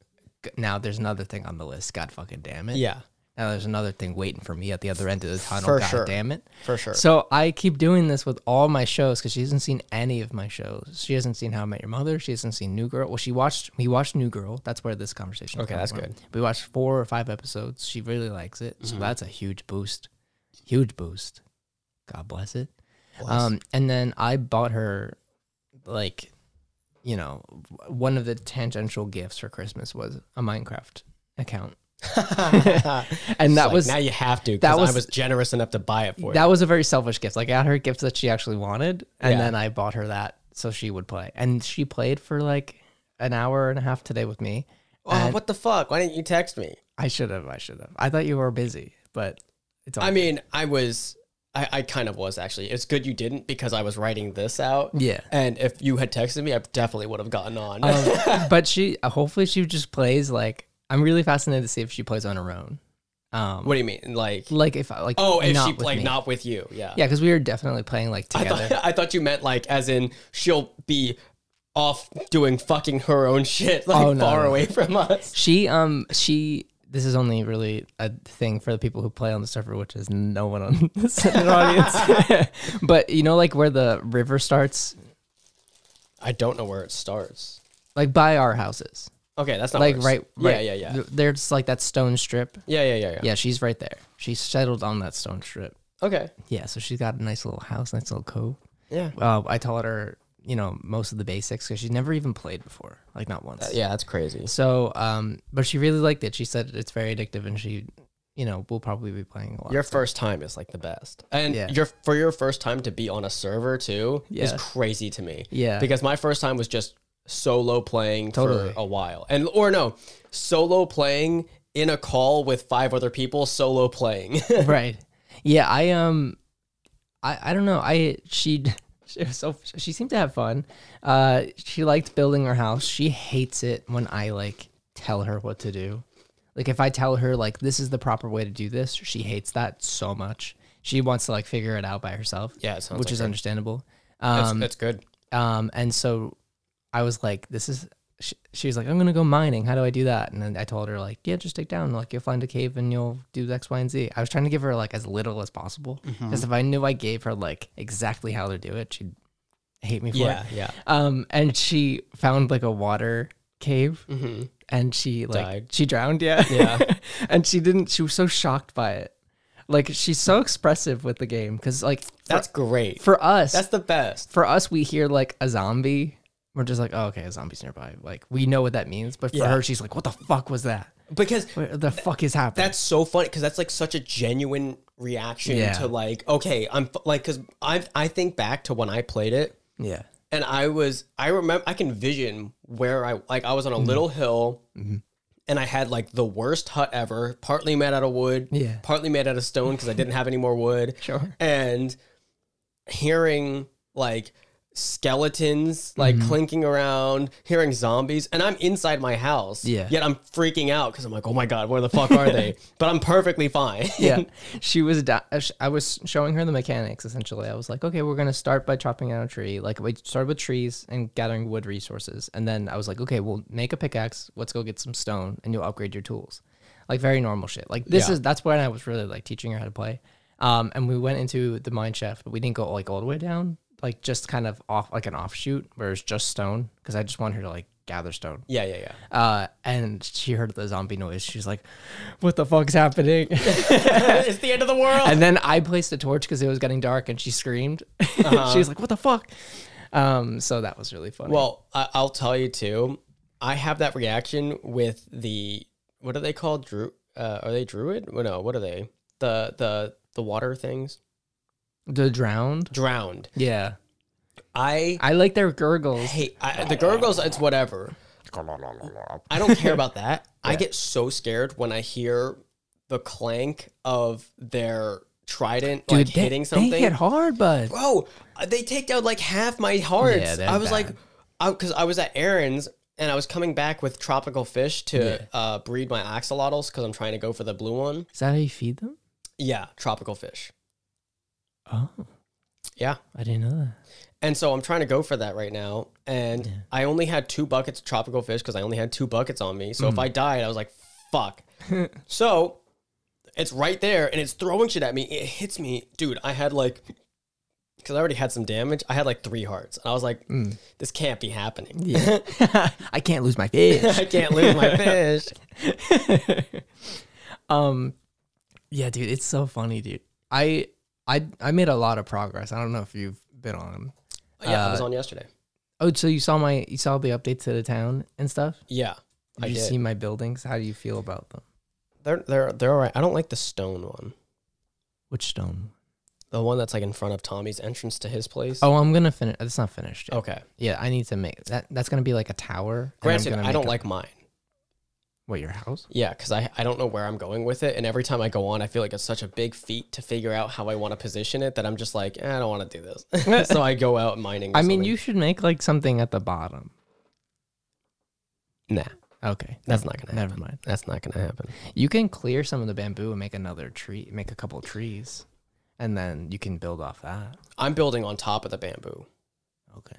[SPEAKER 1] "G- now there's another thing on the list. God fucking damn it.
[SPEAKER 2] Yeah,
[SPEAKER 1] Now there's another thing waiting for me at the other end of the tunnel.
[SPEAKER 2] For
[SPEAKER 1] God
[SPEAKER 2] sure.
[SPEAKER 1] damn it.
[SPEAKER 2] for sure.
[SPEAKER 1] So I keep doing this with all my shows because she hasn't seen any of my shows. She hasn't seen How I Met Your Mother. She hasn't seen New Girl. Well, she watched. We watched New Girl. That's where this conversation.
[SPEAKER 2] Okay,
[SPEAKER 1] comes
[SPEAKER 2] that's
[SPEAKER 1] from.
[SPEAKER 2] good. Mm-hmm.
[SPEAKER 1] We watched four or five episodes. She really likes it, so that's a huge boost. Huge boost. God bless it. Um, and then I bought her, like, you know, w- one of the tangential gifts for Christmas was a Minecraft account, and that
[SPEAKER 2] Like,
[SPEAKER 1] was
[SPEAKER 2] now you have to.
[SPEAKER 1] that
[SPEAKER 2] That
[SPEAKER 1] was-
[SPEAKER 2] I was generous enough to buy it for you.
[SPEAKER 1] that was a very selfish gift. Like I got her gifts that she actually wanted, and
[SPEAKER 2] Yeah.
[SPEAKER 1] then I bought her that so she would play. And she played for like an hour and a half today with me.
[SPEAKER 2] Oh, what the fuck? Why didn't you text me?
[SPEAKER 1] I should have. I should have. I thought you were busy, but it's all.
[SPEAKER 2] I mean, I was. I, I kind of was actually. It's good you didn't because I was writing this out.
[SPEAKER 1] Yeah.
[SPEAKER 2] And if you had texted me, I definitely would have gotten on.
[SPEAKER 1] Um, but she hopefully she just plays like I'm really fascinated to see if she plays on her own. Um,
[SPEAKER 2] what do you mean? Like,
[SPEAKER 1] like if I like
[SPEAKER 2] oh, if
[SPEAKER 1] not
[SPEAKER 2] she
[SPEAKER 1] with
[SPEAKER 2] like
[SPEAKER 1] me.
[SPEAKER 2] not with you? Yeah.
[SPEAKER 1] yeah, because we were definitely playing like
[SPEAKER 2] I
[SPEAKER 1] together.
[SPEAKER 2] thought, I thought you meant like as in she'll be off doing fucking her own shit like
[SPEAKER 1] Oh, no,
[SPEAKER 2] far
[SPEAKER 1] no.
[SPEAKER 2] away from us.
[SPEAKER 1] She um she this is only really a thing for the people who play on the server, which is no one on the Senate audience. but you know, like where the river starts,
[SPEAKER 2] I don't know where it starts.
[SPEAKER 1] like by our houses,
[SPEAKER 2] Okay, that's not
[SPEAKER 1] like
[SPEAKER 2] where
[SPEAKER 1] right,
[SPEAKER 2] it's-
[SPEAKER 1] right,
[SPEAKER 2] Yeah, yeah, yeah,
[SPEAKER 1] th- There's like that stone strip.
[SPEAKER 2] yeah, yeah, yeah, yeah.
[SPEAKER 1] Yeah, she's right there. She's settled on that stone strip.
[SPEAKER 2] Okay.
[SPEAKER 1] Yeah, so she's got a nice little house, nice little cove.
[SPEAKER 2] Yeah.
[SPEAKER 1] Uh, I taught her, you know, most of the basics because she's never even played before, like not once.
[SPEAKER 2] Uh, Yeah, that's crazy.
[SPEAKER 1] So, um, but she really liked it. She said it's very addictive, and she, you know, will probably be playing a lot.
[SPEAKER 2] Your first time is like the best, and
[SPEAKER 1] Yeah.
[SPEAKER 2] your for your first time to be on a server too is
[SPEAKER 1] Yeah.
[SPEAKER 2] crazy to me.
[SPEAKER 1] Yeah.
[SPEAKER 2] because my first time was just solo playing
[SPEAKER 1] Totally.
[SPEAKER 2] for a while, and or no, solo playing in a call with five other people, solo playing.
[SPEAKER 1] right. Yeah, I um, I I don't know. I she she was so she seemed to have fun. Uh, she liked building her house. She hates it when I like tell her what to do. Like if I tell her like this is the proper way to do this, she hates that so much. She wants to like figure it out by herself.
[SPEAKER 2] Yeah, it sounds
[SPEAKER 1] which
[SPEAKER 2] like
[SPEAKER 1] is
[SPEAKER 2] her.
[SPEAKER 1] understandable.
[SPEAKER 2] that's,
[SPEAKER 1] Um,
[SPEAKER 2] that's good.
[SPEAKER 1] um, and so I was like, this is. She, she was like, I'm gonna go mining. How do I do that? And then I told her like, yeah, just dig down. Like you'll find a cave and you'll do X, Y, and Z. I was trying to give her like as little as possible
[SPEAKER 2] Mm-hmm.
[SPEAKER 1] because if I knew I gave her like exactly how to do it, she'd hate me for
[SPEAKER 2] Yeah,
[SPEAKER 1] it.
[SPEAKER 2] yeah.
[SPEAKER 1] Um, and she found like a water cave
[SPEAKER 2] hmm
[SPEAKER 1] and she like
[SPEAKER 2] Died.
[SPEAKER 1] she drowned. Yeah,
[SPEAKER 2] Yeah.
[SPEAKER 1] and she didn't. She was so shocked by it. Like she's so expressive with the game because like for,
[SPEAKER 2] That's great.
[SPEAKER 1] for us
[SPEAKER 2] That's the best.
[SPEAKER 1] for us, we hear like a zombie. We're just like, oh, okay, a zombie's nearby. Like, we know what that means. But for
[SPEAKER 2] Yeah.
[SPEAKER 1] her, she's like, what the fuck was that?
[SPEAKER 2] Because
[SPEAKER 1] What the fuck is happening?
[SPEAKER 2] that's so funny because that's like such a genuine reaction
[SPEAKER 1] Yeah.
[SPEAKER 2] to like okay i'm f- like because i i think back to when i played it
[SPEAKER 1] yeah.
[SPEAKER 2] and i was i remember i can vision where i like i was on a
[SPEAKER 1] Mm-hmm.
[SPEAKER 2] little hill and i had like the worst hut ever partly made out of wood
[SPEAKER 1] Yeah.
[SPEAKER 2] partly made out of stone because i didn't have any more wood
[SPEAKER 1] Sure.
[SPEAKER 2] and hearing like skeletons like
[SPEAKER 1] Mm-hmm.
[SPEAKER 2] clinking around, hearing zombies, and I'm inside my house.
[SPEAKER 1] Yeah.
[SPEAKER 2] Yet I'm freaking out because I'm like, oh my god, where the fuck are they? but I'm perfectly fine.
[SPEAKER 1] Yeah. she was, da- uh, sh- I was showing her the mechanics essentially. I was like, okay, we're going to start by chopping down a tree. Like, we started with trees and gathering wood resources. And then I was like, okay, we'll make a pickaxe. Let's go get some stone and you'll upgrade your tools. Like, very normal shit. Like, this
[SPEAKER 2] Yeah.
[SPEAKER 1] is, that's when I was really like teaching her how to play. Um, and we went into the mine shaft, but we didn't go like all the way down, like just kind of off, like an offshoot where it's just stone. Cause I just want her to like gather stone.
[SPEAKER 2] yeah, yeah, yeah.
[SPEAKER 1] Uh, and she heard the zombie noise. She's like, what the fuck's happening?
[SPEAKER 2] it's the end of the world.
[SPEAKER 1] And then I placed a torch because it was getting dark, and she screamed. she was like, "What the fuck?" Um, so that was really funny.
[SPEAKER 2] well, I- I'll tell you too. I have that reaction with the what are they called? Dru uh, are they druid? Well, no, what are they? The the the water things.
[SPEAKER 1] The drowned.
[SPEAKER 2] Drowned.
[SPEAKER 1] Yeah,
[SPEAKER 2] I
[SPEAKER 1] I like their gurgles.
[SPEAKER 2] hate I, the gurgles. It's whatever. I don't care about that. I get so scared when I hear the clank of their trident like
[SPEAKER 1] they-
[SPEAKER 2] hitting
[SPEAKER 1] They
[SPEAKER 2] something.
[SPEAKER 1] hit hard, but
[SPEAKER 2] Bro, they take out like half my hearts.
[SPEAKER 1] Yeah, they're
[SPEAKER 2] I was
[SPEAKER 1] bad.
[SPEAKER 2] like, I because I was at Aaron's and I was coming back with tropical fish to uh, breed my axolotls because I'm trying to go for the blue one.
[SPEAKER 1] is that how you feed them?
[SPEAKER 2] Yeah, tropical fish.
[SPEAKER 1] Oh,
[SPEAKER 2] Yeah.
[SPEAKER 1] I didn't know that.
[SPEAKER 2] And so I'm trying to go for that right now. And I only had two buckets of tropical fish because I only had two buckets on me. So if I died, I was like, fuck. so it's right there and it's throwing shit at me. It hits me. Dude, I had like, because I already had some damage, I had like three hearts. And I was like, this can't be happening.
[SPEAKER 1] Yeah, I can't lose my fish.
[SPEAKER 2] I can't lose my fish.
[SPEAKER 1] Um, yeah, dude, it's so funny, dude. I I I made a lot of progress. I don't know if you've been on them.
[SPEAKER 2] Yeah, I was on yesterday.
[SPEAKER 1] Oh, so you saw my you saw the updates to the town and stuff.
[SPEAKER 2] Yeah.
[SPEAKER 1] Did
[SPEAKER 2] I
[SPEAKER 1] you
[SPEAKER 2] did.
[SPEAKER 1] see my buildings? How do you feel about them?
[SPEAKER 2] they're, they're, they're all right. I don't like the stone one,
[SPEAKER 1] Which stone?
[SPEAKER 2] the one that's like in front of Tommy's entrance to his place.
[SPEAKER 1] Oh, I'm gonna finish. It's not finished. Yet.
[SPEAKER 2] Okay.
[SPEAKER 1] Yeah, I need to make that. That's gonna be like a tower. and I'm
[SPEAKER 2] Granted,
[SPEAKER 1] gonna
[SPEAKER 2] I don't
[SPEAKER 1] make a-
[SPEAKER 2] like mine.
[SPEAKER 1] what your house.
[SPEAKER 2] Yeah, because I, I don't know where I'm going with it. And every time I go on, I feel like it's such a big feat to figure out how I want to position it that I'm just like, eh, I don't want to do this. so I go out mining. or
[SPEAKER 1] I mean,
[SPEAKER 2] something.
[SPEAKER 1] you should make like something at the bottom.
[SPEAKER 2] Nah,
[SPEAKER 1] Okay,
[SPEAKER 2] that's not going to happen.
[SPEAKER 1] never mind.
[SPEAKER 2] That's not going to happen.
[SPEAKER 1] You can clear some of the bamboo and make another tree, make a couple trees, and then you can build off that.
[SPEAKER 2] I'm building on top of the bamboo.
[SPEAKER 1] Okay,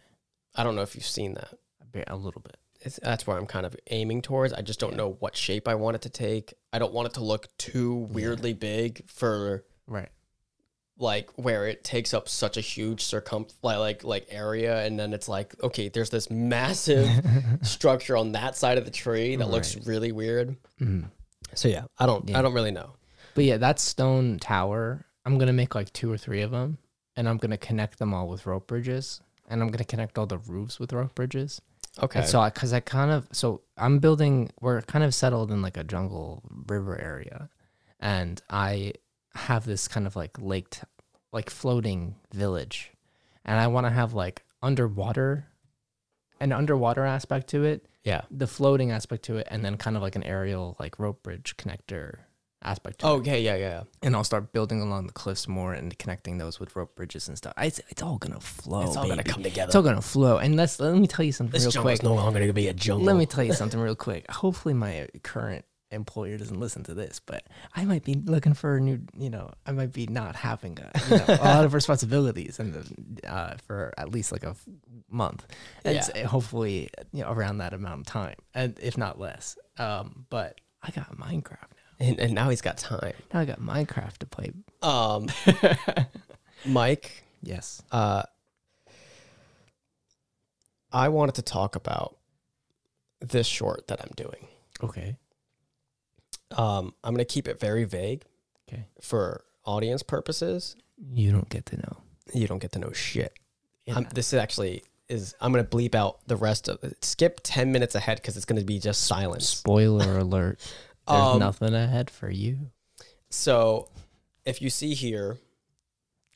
[SPEAKER 2] I don't know if you've seen that.
[SPEAKER 1] a, bit, a little bit.
[SPEAKER 2] It's, that's where I'm kind of aiming towards. I just don't know what shape I want it to take. I don't want it to look too weirdly big for
[SPEAKER 1] Right.
[SPEAKER 2] like where it takes up such a huge circumf like like, like area and then it's like okay there's this massive structure on that side of the tree that looks really weird
[SPEAKER 1] Mm-hmm.
[SPEAKER 2] so yeah i don't i don't really know
[SPEAKER 1] But yeah, that stone tower, I'm gonna make like two or three of them, and I'm gonna connect them all with rope bridges, and I'm gonna connect all the roofs with rope bridges.
[SPEAKER 2] okay
[SPEAKER 1] And so, I, cause I kind of, so I'm building, we're kind of settled in like a jungle river area, and I have this kind of like lake, t- like floating village, and I want to have like underwater, an underwater aspect to it,
[SPEAKER 2] yeah
[SPEAKER 1] the floating aspect to it, and then kind of like an aerial like rope bridge connector aspect to it
[SPEAKER 2] okay Oh, yeah yeah yeah.
[SPEAKER 1] and I'll start building along the cliffs more and connecting those with rope bridges and stuff. It's, it's all gonna flow.
[SPEAKER 2] it's all gonna
[SPEAKER 1] Oh, baby.
[SPEAKER 2] come together
[SPEAKER 1] It's all gonna flow. And let's let me tell you something
[SPEAKER 2] this
[SPEAKER 1] real
[SPEAKER 2] jungle's
[SPEAKER 1] quick.
[SPEAKER 2] no longer gonna be a jungle
[SPEAKER 1] Let me tell you something real quick. Hopefully, my current employer doesn't listen to this, but I might be looking for a new. You know, I might be not having a, you know, a lot of responsibilities and uh, for at least like a f- month, and
[SPEAKER 2] Yeah.
[SPEAKER 1] s- hopefully you know, around that amount of time, and if not less. Um, but I got Minecraft now.
[SPEAKER 2] and, and now he's got time
[SPEAKER 1] Now I got Minecraft to play.
[SPEAKER 2] um mike
[SPEAKER 1] Yes.
[SPEAKER 2] uh i wanted to talk about this short that i'm doing
[SPEAKER 1] Okay.
[SPEAKER 2] um i'm gonna keep it very vague
[SPEAKER 1] Okay.
[SPEAKER 2] for audience purposes,
[SPEAKER 1] You don't get to know.
[SPEAKER 2] you don't get to know shit. Um, this is actually is I'm gonna bleep out the rest of skip ten minutes ahead because it's gonna be just silence.
[SPEAKER 1] Spoiler alert. There's
[SPEAKER 2] Um,
[SPEAKER 1] nothing ahead for you.
[SPEAKER 2] So if you see here,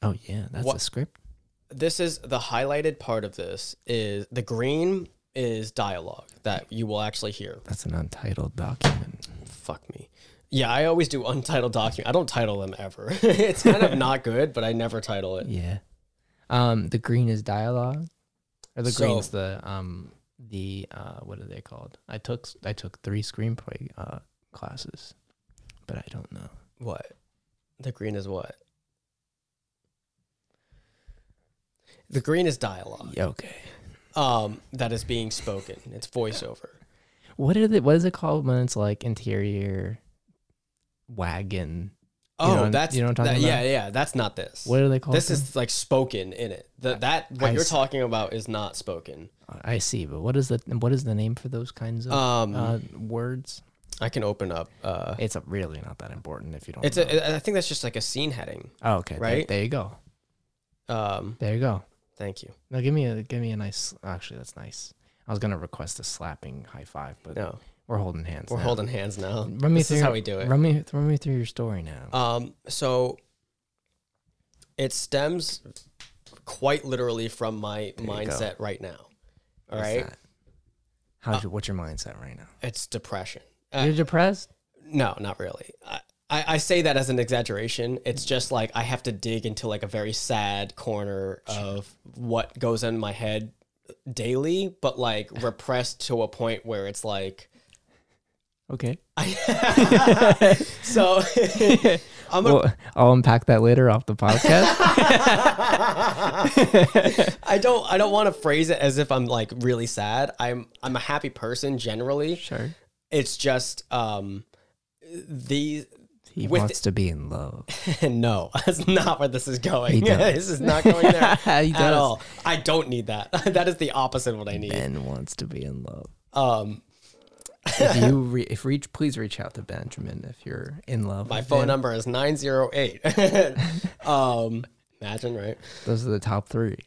[SPEAKER 1] Oh yeah, that's
[SPEAKER 2] what-
[SPEAKER 1] a script.
[SPEAKER 2] this is the highlighted part of this is the green is dialogue that you will actually hear.
[SPEAKER 1] That's an untitled document.
[SPEAKER 2] Fuck me. Yeah, I always do untitled document. I don't title them ever. it's kind of not good, but I never title it.
[SPEAKER 1] Yeah. Um, the green is dialogue, or the
[SPEAKER 2] So-
[SPEAKER 1] green's the um the uh what are they called? I took I took three screenplay uh classes, but I don't know.
[SPEAKER 2] What? The green is what? The green is dialogue.
[SPEAKER 1] Yeah, okay.
[SPEAKER 2] um, that is being spoken. It's voiceover.
[SPEAKER 1] What are the what is it called when it's like interior wagon? You know
[SPEAKER 2] Oh,
[SPEAKER 1] what I'm-
[SPEAKER 2] that's
[SPEAKER 1] you know what I'm
[SPEAKER 2] that-
[SPEAKER 1] talking
[SPEAKER 2] Yeah, yeah, that's not this.
[SPEAKER 1] What are they called?
[SPEAKER 2] this is like spoken in it. The, that
[SPEAKER 1] I
[SPEAKER 2] what you're
[SPEAKER 1] see.
[SPEAKER 2] talking about is not spoken.
[SPEAKER 1] I see, but what is the what is the name for those kinds of
[SPEAKER 2] Um,
[SPEAKER 1] uh, words?
[SPEAKER 2] I can open up. Uh,
[SPEAKER 1] It's a- really not that important if you don't.
[SPEAKER 2] it's
[SPEAKER 1] know.
[SPEAKER 2] a, I think that's just like a scene heading.
[SPEAKER 1] oh, okay. Right there,
[SPEAKER 2] right?
[SPEAKER 1] you go.
[SPEAKER 2] Um,
[SPEAKER 1] There you go.
[SPEAKER 2] thank you.
[SPEAKER 1] Now give me a give me a nice. Actually, that's nice. I was gonna request a slapping high five, but
[SPEAKER 2] No,
[SPEAKER 1] we're holding hands.
[SPEAKER 2] we're
[SPEAKER 1] now.
[SPEAKER 2] holding hands now.
[SPEAKER 1] Run me
[SPEAKER 2] this
[SPEAKER 1] through
[SPEAKER 2] is how
[SPEAKER 1] your-
[SPEAKER 2] we do it.
[SPEAKER 1] Run me, run me through your story now.
[SPEAKER 2] Um, so it stems quite literally from my
[SPEAKER 1] you go.
[SPEAKER 2] mindset right now. All
[SPEAKER 1] What's
[SPEAKER 2] right,
[SPEAKER 1] that? How's your, what's your mindset right now?
[SPEAKER 2] it's depression. Uh,
[SPEAKER 1] You're depressed.
[SPEAKER 2] no, not really. I, I, I say that as an exaggeration. It's just like I have to dig into like a very sad corner of what goes in my head daily, but like repressed to a point where it's like
[SPEAKER 1] Okay.
[SPEAKER 2] so. I'm gonna,
[SPEAKER 1] Well, I'll unpack that later off the podcast.
[SPEAKER 2] I don't I don't want to phrase it as if I'm like really sad. I'm I'm a happy person generally.
[SPEAKER 1] sure.
[SPEAKER 2] It's just um these
[SPEAKER 1] He
[SPEAKER 2] With
[SPEAKER 1] wants to be in love.
[SPEAKER 2] no, that's not where this is going.
[SPEAKER 1] does.
[SPEAKER 2] this is not going there
[SPEAKER 1] He
[SPEAKER 2] at
[SPEAKER 1] does.
[SPEAKER 2] all. I don't need that. that is the opposite of what I need.
[SPEAKER 1] Ben wants to be in love.
[SPEAKER 2] Um
[SPEAKER 1] If you re- if reach, please reach out to Benjamin if you're in love.
[SPEAKER 2] my
[SPEAKER 1] with
[SPEAKER 2] phone
[SPEAKER 1] him.
[SPEAKER 2] number is 908. um imagine, right?
[SPEAKER 1] Those are the top three.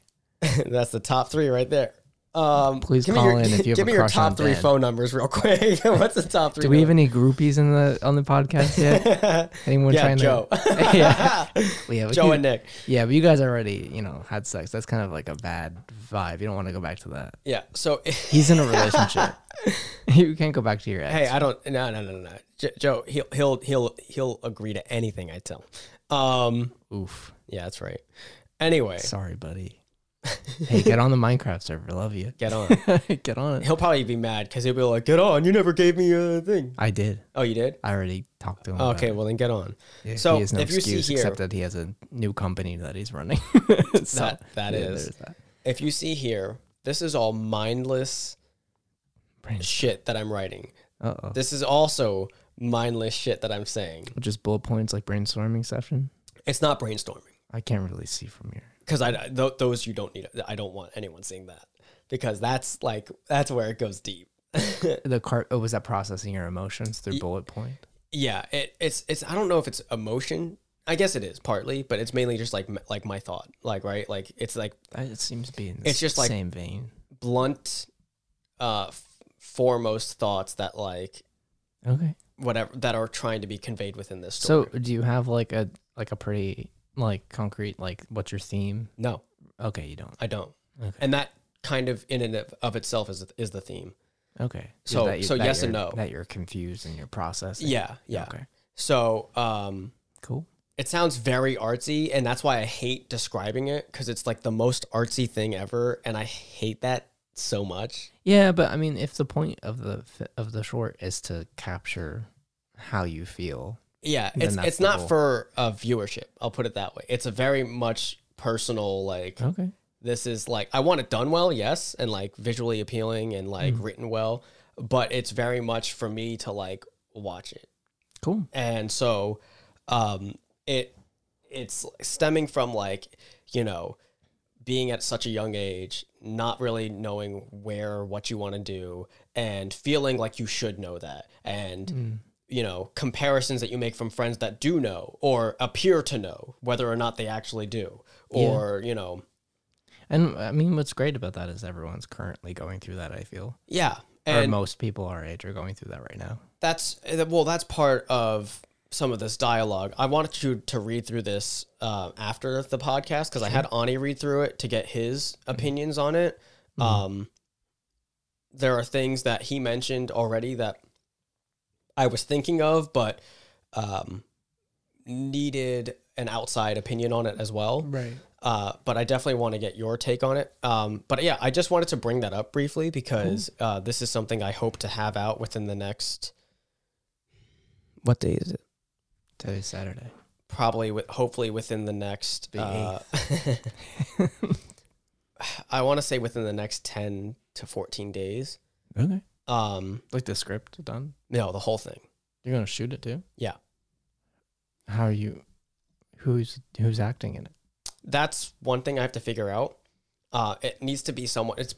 [SPEAKER 2] That's the top 3 right there. Um
[SPEAKER 1] Please
[SPEAKER 2] give
[SPEAKER 1] call
[SPEAKER 2] me your,
[SPEAKER 1] in if you have a
[SPEAKER 2] give me your
[SPEAKER 1] crush on
[SPEAKER 2] top 3
[SPEAKER 1] Ben.
[SPEAKER 2] phone numbers real quick. What's the top 3?
[SPEAKER 1] Do we have any groupies in the on the podcast yet? Anyone
[SPEAKER 2] Yeah,
[SPEAKER 1] trying
[SPEAKER 2] Joe.
[SPEAKER 1] to? yeah, we have
[SPEAKER 2] Joe and Nick.
[SPEAKER 1] Yeah, but you guys already, you know, had sex. That's kind of like a bad vibe. You don't want to go back to that.
[SPEAKER 2] Yeah. So
[SPEAKER 1] He's in a relationship. you can't go back to your ex.
[SPEAKER 2] Hey, I don't. No, no, no, no, no. J- Joe, he'll he'll he'll he'll agree to anything I tell. him. Um,
[SPEAKER 1] Oof.
[SPEAKER 2] yeah, that's right. Anyway,
[SPEAKER 1] Sorry, buddy. hey, get on the Minecraft server. Love you.
[SPEAKER 2] get on.
[SPEAKER 1] get on it.
[SPEAKER 2] He'll probably be mad because he'll be like, "Get on! You never gave me a thing."
[SPEAKER 1] I did.
[SPEAKER 2] Oh, you did.
[SPEAKER 1] I already talked to him. about
[SPEAKER 2] Okay, well then get on.
[SPEAKER 1] it. He-
[SPEAKER 2] so
[SPEAKER 1] he has no
[SPEAKER 2] if you see
[SPEAKER 1] excuse
[SPEAKER 2] here-
[SPEAKER 1] except that he has a new company that he's running. so,
[SPEAKER 2] That that
[SPEAKER 1] yeah,
[SPEAKER 2] is.
[SPEAKER 1] there's that.
[SPEAKER 2] If you see here, this is all mindless
[SPEAKER 1] Brain-
[SPEAKER 2] shit that I'm writing.
[SPEAKER 1] Uh oh.
[SPEAKER 2] This is also mindless shit that I'm saying.
[SPEAKER 1] Just bullet points like brainstorming session.
[SPEAKER 2] It's not brainstorming
[SPEAKER 1] I can't really see from here.
[SPEAKER 2] because I th- those you don't need. I don't want anyone seeing that because that's like that's where it goes deep.
[SPEAKER 1] The cart. Oh, was that processing your emotions through bullet point?
[SPEAKER 2] Yeah, it, it's it's I don't know if it's emotion. I guess it is partly, but it's mainly just like m- like my thought, like right, like it's like
[SPEAKER 1] I- It seems to be in the
[SPEAKER 2] It's just like-
[SPEAKER 1] same vein.
[SPEAKER 2] blunt, uh, f- foremost thoughts that like
[SPEAKER 1] Okay.
[SPEAKER 2] whatever that are trying to be conveyed within this
[SPEAKER 1] So,
[SPEAKER 2] story.
[SPEAKER 1] do you have like a like a pretty like concrete like what's your theme?
[SPEAKER 2] no,
[SPEAKER 1] Okay, you don't.
[SPEAKER 2] I don't,
[SPEAKER 1] Okay.
[SPEAKER 2] and that kind of in and of, of itself is is the theme.
[SPEAKER 1] Okay.
[SPEAKER 2] So-
[SPEAKER 1] that you-
[SPEAKER 2] so
[SPEAKER 1] that
[SPEAKER 2] yes and
[SPEAKER 1] you're-
[SPEAKER 2] no.
[SPEAKER 1] That you're confused in your process.
[SPEAKER 2] Yeah, yeah.
[SPEAKER 1] Okay.
[SPEAKER 2] So, um,
[SPEAKER 1] Cool.
[SPEAKER 2] it sounds very artsy, and that's why I hate describing it because it's like the most artsy thing ever, and I hate that so much.
[SPEAKER 1] Yeah, but I mean, if the point of the fi- of the short is to capture how you feel,
[SPEAKER 2] Yeah,
[SPEAKER 1] then
[SPEAKER 2] it's
[SPEAKER 1] that's
[SPEAKER 2] it's
[SPEAKER 1] the
[SPEAKER 2] not
[SPEAKER 1] goal.
[SPEAKER 2] for uh, viewership. I'll put it that way. It's a very much personal. Like
[SPEAKER 1] okay,
[SPEAKER 2] this is like I want it done well, yes, and like visually appealing and like
[SPEAKER 1] Mm.
[SPEAKER 2] written well, but it's very much for me to like watch it.
[SPEAKER 1] cool.
[SPEAKER 2] And so, um, it it's stemming from like you know being at such a young age, not really knowing where what you want to do, and feeling like you should know that, and you know comparisons that you make from friends that do know or appear to know whether or not they actually do or you know
[SPEAKER 1] And I mean, what's great about that is everyone's currently going through that. I feel,
[SPEAKER 2] yeah
[SPEAKER 1] or
[SPEAKER 2] and
[SPEAKER 1] most people our age are going through that right now.
[SPEAKER 2] that's uh, well that's part of some of this dialogue i wanted you to read through this uh, after the podcast because i had ani read through it to get his opinions on it
[SPEAKER 1] Mm-hmm. Uh,
[SPEAKER 2] um, there are things that he mentioned already that i was thinking of but um, needed an outside opinion on it as well
[SPEAKER 1] Right.
[SPEAKER 2] uh, but I definitely want to get your take on it. Um, but yeah, I just wanted to bring that up briefly because uh, this is something I hope to have out within the next. What day is it?
[SPEAKER 1] Today's Saturday.
[SPEAKER 2] Probably with hopefully within the next.
[SPEAKER 1] The
[SPEAKER 2] uh, I want to say within the next ten to fourteen days.
[SPEAKER 1] Okay.
[SPEAKER 2] Um,
[SPEAKER 1] Like the script done.
[SPEAKER 2] no, the whole thing.
[SPEAKER 1] You're gonna shoot it too.
[SPEAKER 2] Yeah.
[SPEAKER 1] How are you? Who's who's acting in it?
[SPEAKER 2] That's one thing I have to figure out. Uh, it needs to be someone. It's.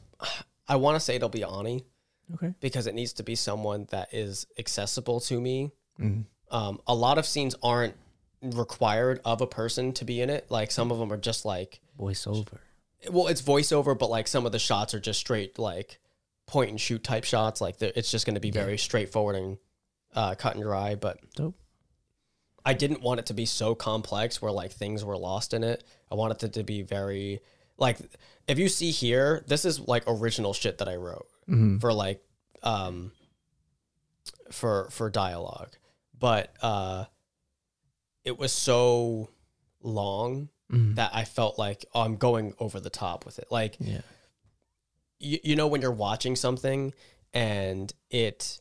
[SPEAKER 2] I want to say it'll be Ani
[SPEAKER 1] Okay.
[SPEAKER 2] because it needs to be someone that is accessible to me
[SPEAKER 1] Mm.
[SPEAKER 2] um, a lot of scenes aren't required of a person to be in it. Like some of them are just like,
[SPEAKER 1] Voiceover.
[SPEAKER 2] well, it's voiceover, but like some of the shots are just straight like point and shoot type shots. Like they're- it's just going to be very straightforward and uh, cut and dry. But
[SPEAKER 1] Dope.
[SPEAKER 2] I didn't want it to be so complex where like things were lost in it. I wanted it to be very like if you see here, this is like original shit that I wrote
[SPEAKER 1] Mhm.
[SPEAKER 2] for like um for for dialogue. But uh it was so long
[SPEAKER 1] Mhm.
[SPEAKER 2] that I felt like oh, I'm going over the top with it. Like
[SPEAKER 1] Yeah.
[SPEAKER 2] you, you know when you're watching something and it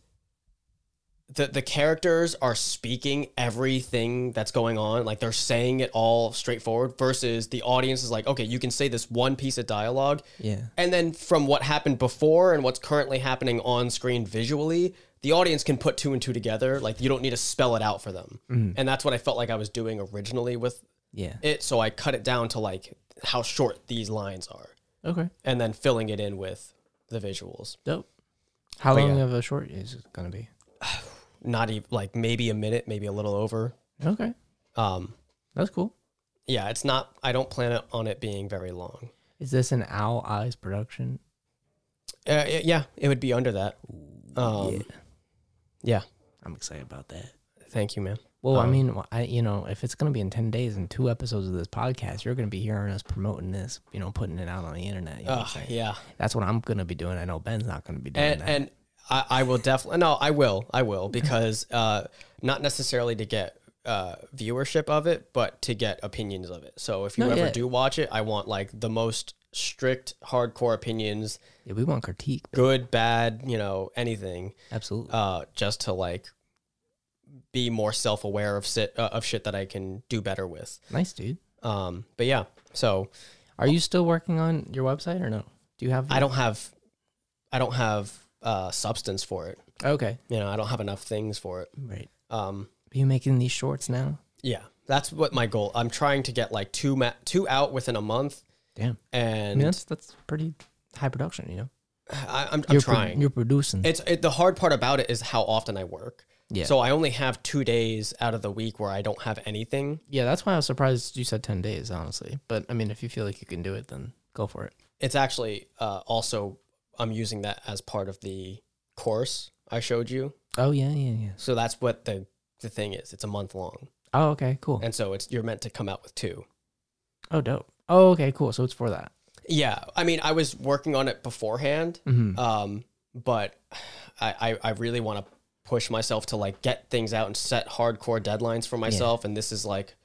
[SPEAKER 2] the the characters are speaking everything that's going on like they're saying it all straightforward versus the audience is like okay you can say this one piece of dialogue
[SPEAKER 1] Yeah.
[SPEAKER 2] and then from what happened before and what's currently happening on screen visually the audience can put two and two together like you don't need to spell it out for them and that's what i felt like i was doing originally with
[SPEAKER 1] Yeah.
[SPEAKER 2] it so i cut it down to like how short these lines are
[SPEAKER 1] Okay.
[SPEAKER 2] and then filling it in with the visuals.
[SPEAKER 1] Dope. How
[SPEAKER 2] But
[SPEAKER 1] long
[SPEAKER 2] yeah.
[SPEAKER 1] of a short is it gonna be?
[SPEAKER 2] Not even like maybe a minute, maybe a little over.
[SPEAKER 1] Okay.
[SPEAKER 2] Um,
[SPEAKER 1] That's cool.
[SPEAKER 2] yeah, it's not. I don't plan it on it being very long.
[SPEAKER 1] Is this an Owl Eyes production?
[SPEAKER 2] Uh, y- yeah, it would be under that. Um, yeah.
[SPEAKER 1] I'm excited about that.
[SPEAKER 2] thank you, man.
[SPEAKER 1] Well, I
[SPEAKER 2] Um,
[SPEAKER 1] mean, wh- I you know, if it's gonna be in ten days and two episodes of this podcast, you're gonna be hearing us promoting this, you know, putting it out on the internet. You know what I'm
[SPEAKER 2] Ugh,
[SPEAKER 1] saying?
[SPEAKER 2] Ah, yeah,
[SPEAKER 1] That's what I'm gonna be doing. I know Ben's not gonna be doing
[SPEAKER 2] and
[SPEAKER 1] that.
[SPEAKER 2] and I, I will definitely no, I will, I will because uh, not necessarily to get uh, viewership of it, but to get opinions of it. So if you
[SPEAKER 1] No,
[SPEAKER 2] ever
[SPEAKER 1] yeah.
[SPEAKER 2] do watch it, I want like the most strict, hardcore opinions,
[SPEAKER 1] yeah, we want critique.
[SPEAKER 2] good, bad, you know, anything.
[SPEAKER 1] Absolutely.
[SPEAKER 2] uh, just to like be more self aware of sit uh, of shit that I can do better with.
[SPEAKER 1] nice, dude.
[SPEAKER 2] Um, but yeah, so
[SPEAKER 1] Are you still working on your website or no? Do you have?
[SPEAKER 2] I don't have I don't have uh, substance for it.
[SPEAKER 1] Okay.
[SPEAKER 2] You know, I don't have enough things for it.
[SPEAKER 1] Right.
[SPEAKER 2] Um,
[SPEAKER 1] Are you making these shorts now?
[SPEAKER 2] yeah, that's what my goal. I'm trying to get like two ma- two out within a month,
[SPEAKER 1] Damn. I
[SPEAKER 2] and
[SPEAKER 1] mean, that's that's pretty high production. You know.
[SPEAKER 2] I, I'm, I'm
[SPEAKER 1] you're pro-
[SPEAKER 2] trying.
[SPEAKER 1] you're producing.
[SPEAKER 2] it's it, the hard part about it is how often I work.
[SPEAKER 1] Yeah.
[SPEAKER 2] So I only have two days out of the week where I don't have anything.
[SPEAKER 1] yeah, that's why I was surprised you said ten days, honestly. But I mean, if you feel like you can do it, then go for it.
[SPEAKER 2] it's actually uh, also I'm using that as part of the course I showed you.
[SPEAKER 1] Oh yeah, yeah, yeah.
[SPEAKER 2] So that's what the the thing is. It's a month long,
[SPEAKER 1] Oh okay, cool.
[SPEAKER 2] and so it's you're meant to come out with two.
[SPEAKER 1] Oh dope. Oh okay, cool. So it's for that.
[SPEAKER 2] Yeah, I mean, I was working on it beforehand,
[SPEAKER 1] Mm-hmm.
[SPEAKER 2] um, but I I, I really want to push myself to like get things out and set hardcore deadlines for myself. And this is like,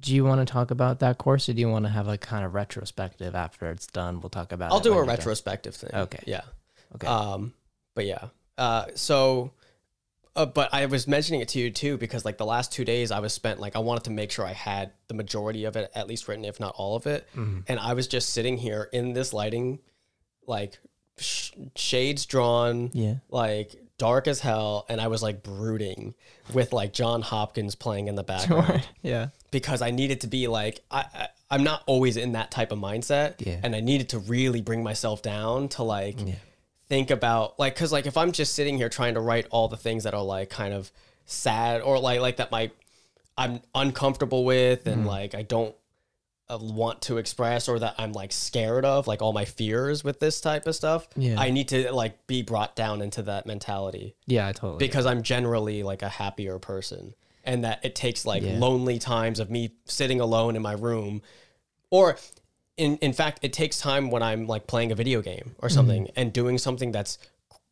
[SPEAKER 1] do you want to talk about that course, or do you want to have a kind of retrospective after it's done? We'll talk about.
[SPEAKER 2] I'll
[SPEAKER 1] it
[SPEAKER 2] do
[SPEAKER 1] when
[SPEAKER 2] a
[SPEAKER 1] you're done.
[SPEAKER 2] retrospective thing.
[SPEAKER 1] Okay.
[SPEAKER 2] Yeah.
[SPEAKER 1] Okay.
[SPEAKER 2] Um, but yeah. Uh, so, uh, but I was mentioning it to you too because like the last two days I was spent like I wanted to make sure I had the majority of it at least written, if not all of it.
[SPEAKER 1] Mm-hmm.
[SPEAKER 2] And I was just sitting here in this lighting, like sh- shades drawn,
[SPEAKER 1] Yeah.
[SPEAKER 2] like dark as hell, and I was like brooding with like John Hopkins playing in the background
[SPEAKER 1] yeah.
[SPEAKER 2] because I needed to be like I, I I'm not always in that type of mindset,
[SPEAKER 1] Yeah.
[SPEAKER 2] and I needed to really bring myself down to like think about like because like if I'm just sitting here trying to write all the things that are like kind of sad or like like that my I'm uncomfortable with
[SPEAKER 1] Mm.
[SPEAKER 2] and like I don't uh, want to express or that I'm like scared of like all my fears with this type of stuff.
[SPEAKER 1] Yeah.
[SPEAKER 2] I need to like be brought down into that mentality
[SPEAKER 1] Yeah, I totally.
[SPEAKER 2] because I'm generally like a happier person and that it takes like
[SPEAKER 1] Yeah.
[SPEAKER 2] lonely times of me sitting alone in my room or in in fact it takes time when I'm like playing a video game
[SPEAKER 1] Mm-hmm.
[SPEAKER 2] or something and doing something that's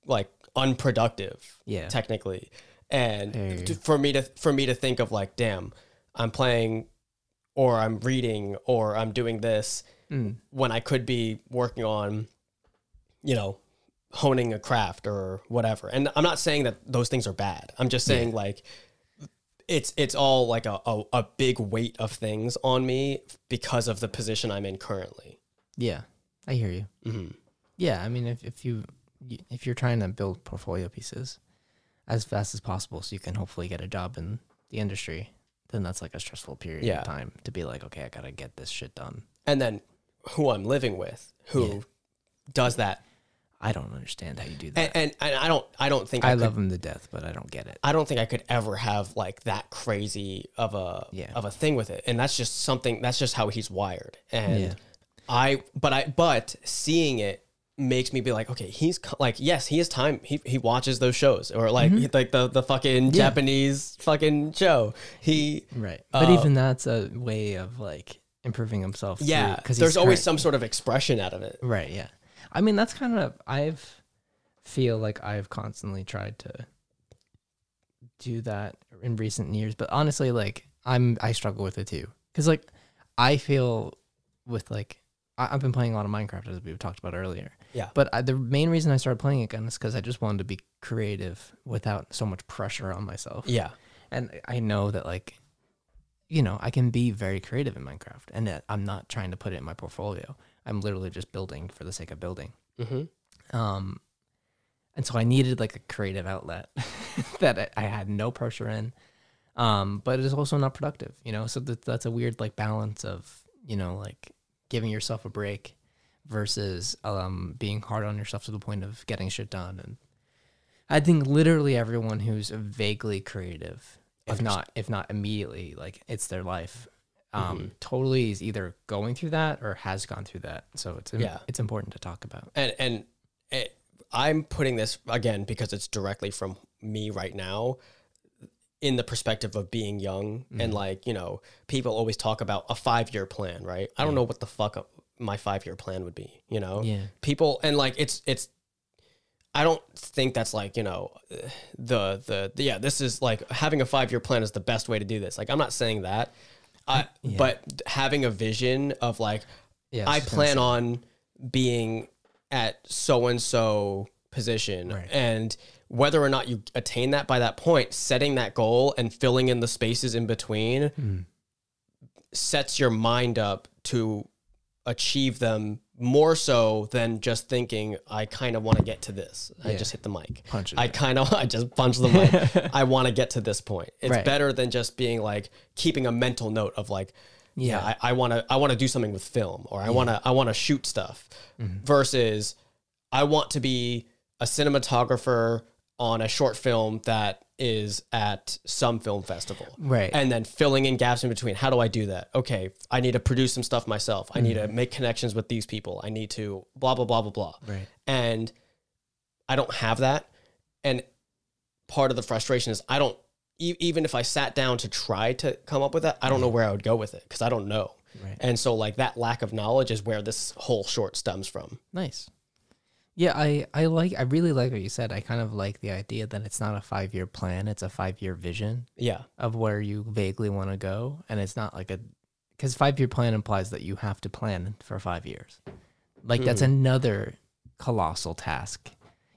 [SPEAKER 2] like unproductive
[SPEAKER 1] Yeah.
[SPEAKER 2] technically and
[SPEAKER 1] Hey.
[SPEAKER 2] t- for me to for me to think of like damn I'm playing or I'm reading or I'm doing this
[SPEAKER 1] Mm.
[SPEAKER 2] when I could be working on, you know, honing a craft or whatever. And I'm not saying that those things are bad. I'm just saying like it's it's all like a, a, a big weight of things on me because of the position I'm in currently.
[SPEAKER 1] Yeah, I hear you.
[SPEAKER 2] hmm
[SPEAKER 1] Yeah, I mean, if if you if you're trying to build portfolio pieces as fast as possible, so you can hopefully get a job in the industry, then that's like a stressful period
[SPEAKER 2] Yeah.
[SPEAKER 1] of time to be like, okay, I gotta get this shit done.
[SPEAKER 2] And then who I'm living with, who
[SPEAKER 1] Yeah.
[SPEAKER 2] does that.
[SPEAKER 1] I don't understand how you do that.
[SPEAKER 2] And, and and I don't I don't think
[SPEAKER 1] I,
[SPEAKER 2] I, could
[SPEAKER 1] love him to death, but I don't get it.
[SPEAKER 2] I don't think I could ever have like that crazy of a
[SPEAKER 1] Yeah.
[SPEAKER 2] of a thing with it. And that's just something that's just how he's wired. And
[SPEAKER 1] Yeah.
[SPEAKER 2] I but I but seeing it makes me be like, okay, he's co- like, yes, he has time. He, he watches those shows or like like the the fucking Japanese fucking show. He
[SPEAKER 1] Right.
[SPEAKER 2] Uh,
[SPEAKER 1] But even that's a way of like improving himself.
[SPEAKER 2] yeah.
[SPEAKER 1] Because
[SPEAKER 2] there's always some sort of expression out of it.
[SPEAKER 1] Right. Yeah. I mean, that's kind of I've feel like I've constantly tried to do that in recent years, but honestly, like I'm I struggle with it too because like I feel with like I, I've been playing a lot of Minecraft as we talked about earlier.
[SPEAKER 2] Yeah.
[SPEAKER 1] But I, the main reason I started playing again is because I just wanted to be creative without so much pressure on myself
[SPEAKER 2] Yeah.
[SPEAKER 1] and I know that like you know I can be very creative in Minecraft and that I'm not trying to put it in my portfolio. I'm literally just building for the sake of building.
[SPEAKER 2] Mm-hmm.
[SPEAKER 1] Um, and so I needed like a creative outlet that I, I had no pressure in. Um, but it is also not productive, you know. So that, that's a weird like balance of you know like giving yourself a break versus um being hard on yourself to the point of getting shit done. And I think literally everyone who's vaguely creative, if not if not immediately, like it's their life. Um,
[SPEAKER 2] Mm-hmm.
[SPEAKER 1] totally is either going through that or has gone through that. So it's im-
[SPEAKER 2] Yeah.
[SPEAKER 1] it's important to talk about.
[SPEAKER 2] and and it, I'm putting this again because it's directly from me right now in the perspective of being young and like you know people always talk about a 5 year plan right I don't know what the fuck a- my 5 year plan would be you know
[SPEAKER 1] Yeah.
[SPEAKER 2] people and like it's it's I don't think that's like you know the the, the yeah this is like having a 5 year plan is the best way to do this like I'm not saying that I, but having a vision of like
[SPEAKER 1] Yeah,
[SPEAKER 2] I
[SPEAKER 1] was gonna
[SPEAKER 2] plan on being at so and so position.
[SPEAKER 1] Right.
[SPEAKER 2] And whether or not you attain that by that point, setting that goal and filling in the spaces in between sets your mind up to achieve them more so than just thinking, I kind of want to get to this. I just hit the mic.
[SPEAKER 1] Punch it
[SPEAKER 2] I kind of, I just punch the mic. I want to get to this point. It's
[SPEAKER 1] Right.
[SPEAKER 2] better than just being like keeping a mental note of like, yeah,
[SPEAKER 1] Yeah.
[SPEAKER 2] I want to I want to do something with film or I want to I want to shoot stuff
[SPEAKER 1] Mm-hmm.
[SPEAKER 2] versus I want to be a cinematographer on a short film that is at some film festival.
[SPEAKER 1] Right.
[SPEAKER 2] And then filling in gaps in between. How do I do that? Okay, I need to produce some stuff myself. I need to make connections with these people. I need to blah blah blah blah blah.
[SPEAKER 1] Mm-hmm. Right.
[SPEAKER 2] And I don't have that. And part of the frustration is I don't e- even if I sat down to try to come up with that, I don't
[SPEAKER 1] Mm-hmm.
[SPEAKER 2] know where I would go with it because I don't know.
[SPEAKER 1] Right.
[SPEAKER 2] And so like that lack of knowledge is where this whole short stems from.
[SPEAKER 1] Nice. Yeah, I, I like I really like what you said. I kind of like the idea that it's not a five year plan, it's a five year vision
[SPEAKER 2] Yeah.
[SPEAKER 1] of where you vaguely want to go. And it's not like a because five year plan implies that you have to plan for five years. Like that's another colossal task.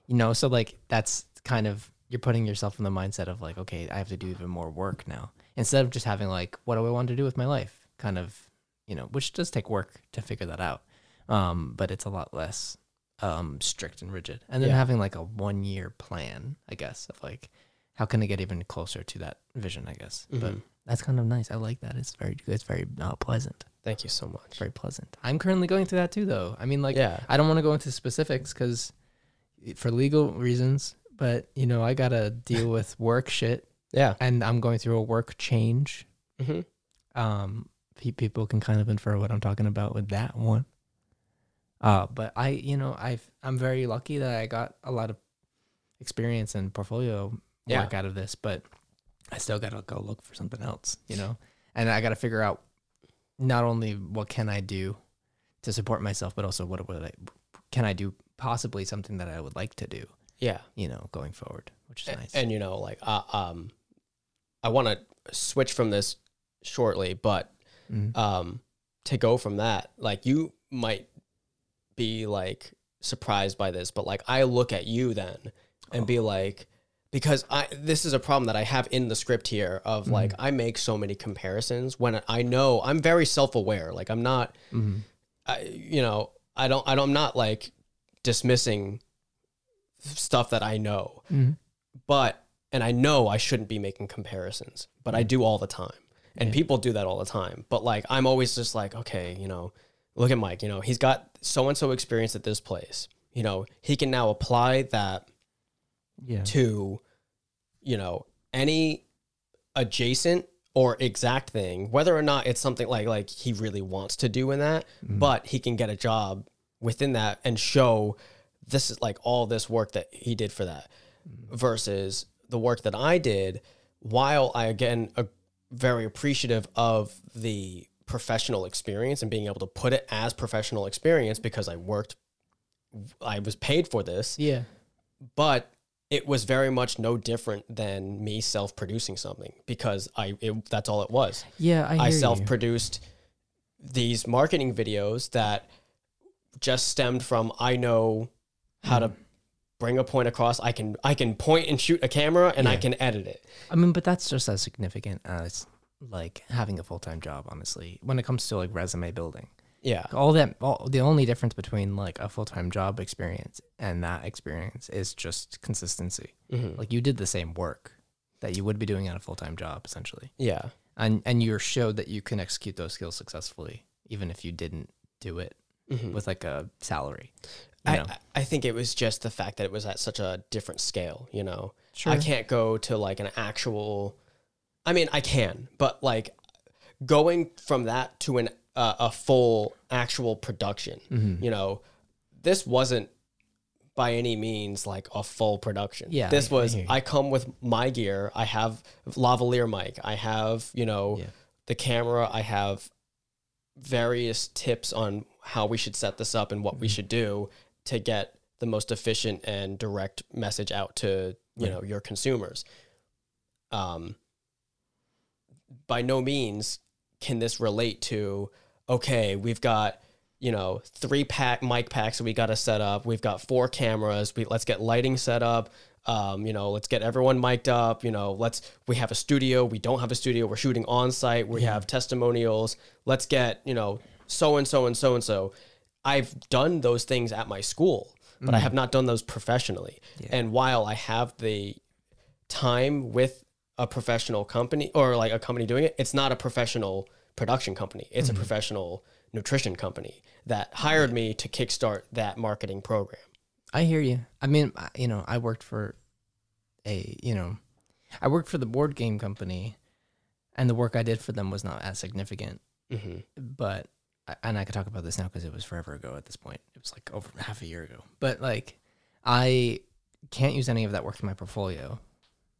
[SPEAKER 1] You know, so like that's kind of you're putting yourself in the mindset of like, okay, I have to do even more work now. Instead of just having like, what do I want to do with my life? Kind of, you know, which does take work to figure that out. Um, but it's a lot less um strict and rigid. And then
[SPEAKER 2] Yeah.
[SPEAKER 1] having like a one year plan, I guess, of like how can I get even closer to that vision, I guess. But that's kind of nice. I like that. It's very good. It's very uh, pleasant.
[SPEAKER 2] Thank you so much.
[SPEAKER 1] Very pleasant. I'm currently going through that too, though. I mean, like,
[SPEAKER 2] Yeah.
[SPEAKER 1] I don't want to go into specifics because for legal reasons, but you know, I got to deal with work shit
[SPEAKER 2] Yeah.
[SPEAKER 1] and I'm going through a work change.
[SPEAKER 2] Mhm.
[SPEAKER 1] Um, pe- people can kind of infer what I'm talking about with that one. Uh, but I, you know, I I'm very lucky that I got a lot of experience and portfolio
[SPEAKER 2] Yeah.
[SPEAKER 1] work out of this, but I still gotta go look for something else, you know, and I gotta figure out not only what can I do to support myself, but also what would I can I do possibly something that I would like to do,
[SPEAKER 2] Yeah.
[SPEAKER 1] you know, going forward, which is
[SPEAKER 2] A-
[SPEAKER 1] nice.
[SPEAKER 2] And you know, like uh, um, I want to switch from this shortly, but
[SPEAKER 1] Mhm.
[SPEAKER 2] um, to go from that, like you might be like surprised by this, but like I look at you then and be like, because I this is a problem that I have in the script here of like I make so many comparisons when I know I'm very self aware, like I'm not
[SPEAKER 1] Mhm.
[SPEAKER 2] I, you know, I don't, I don't, I'm not like dismissing stuff that I know,
[SPEAKER 1] Mhm.
[SPEAKER 2] but, and I know I shouldn't be making comparisons, but I do all the time. And people do that all the time. But like, I'm always just like, okay, you know, look at Mike, you know, he's got so and so experience at this place. You know, he can now apply that
[SPEAKER 1] Yeah.
[SPEAKER 2] to you know any adjacent or exact thing whether or not it's something like like he really wants to do in that but he can get a job within that and show this is like all this work that he did for that versus the work that I did while I again a, very appreciative of the professional experience and being able to put it as professional experience because I worked I was paid for this
[SPEAKER 1] Yeah.
[SPEAKER 2] but it was very much no different than me self producing something because I it, that's all it was.
[SPEAKER 1] Yeah. I,
[SPEAKER 2] I
[SPEAKER 1] hear
[SPEAKER 2] self
[SPEAKER 1] you.
[SPEAKER 2] produced these marketing videos that just stemmed from I know how
[SPEAKER 1] Mm.
[SPEAKER 2] to bring a point across. I can I can point and shoot a camera and I
[SPEAKER 1] Yeah.
[SPEAKER 2] can edit it.
[SPEAKER 1] I mean, but that's just as significant as like having a full time job, honestly, when it comes to like resume building.
[SPEAKER 2] Yeah.
[SPEAKER 1] All that, all, the only difference between like a full time job experience and that experience is just consistency.
[SPEAKER 2] Mm-hmm.
[SPEAKER 1] Like you did the same work that you would be doing at a full time job, essentially.
[SPEAKER 2] Yeah.
[SPEAKER 1] And, and you showed that you can execute those skills successfully, even if you didn't do it with like a salary. You
[SPEAKER 2] Mm-hmm. I,
[SPEAKER 1] know?
[SPEAKER 2] I- I think it was just the fact that it was at such a different scale, you know.
[SPEAKER 1] Sure.
[SPEAKER 2] I can't go to like an actual I mean, I can, but like going from that to an uh, a full actual production,
[SPEAKER 1] Mm-hmm.
[SPEAKER 2] you know, this wasn't by any means like a full production.
[SPEAKER 1] Yeah,
[SPEAKER 2] This
[SPEAKER 1] I- I
[SPEAKER 2] was
[SPEAKER 1] hear you.
[SPEAKER 2] I come with my gear, I have lavalier mic, I have, you know,
[SPEAKER 1] Yeah.
[SPEAKER 2] the camera, I have various tips on how we should set this up and what we should do to get the most efficient and direct message out to you know your consumers. Um, by no means can this relate to okay, we've got you know three pack mic packs that we got to set up. We've got four cameras. We let's get lighting set up. Um, you know, let's get everyone mic'd up. You know, let's we have a studio. We don't have a studio. We're shooting on site. We have testimonials. Let's get you know so and so and so and so. I've done those things at my school, but I have not done those professionally. And while I have the time with a professional company or like a company doing it, it's not a professional production company. It's
[SPEAKER 1] Mm-hmm.
[SPEAKER 2] a professional nutrition company that hired me to kickstart that marketing program.
[SPEAKER 1] I hear you. I mean, I- you know, I worked for a, you know, I worked for the board game company, and the work I did for them was not as significant.
[SPEAKER 2] hmm
[SPEAKER 1] Mm-hmm. But and I could talk about this now because it was forever ago at this point. It was like over half a year ago. But like, I can't use any of that work in my portfolio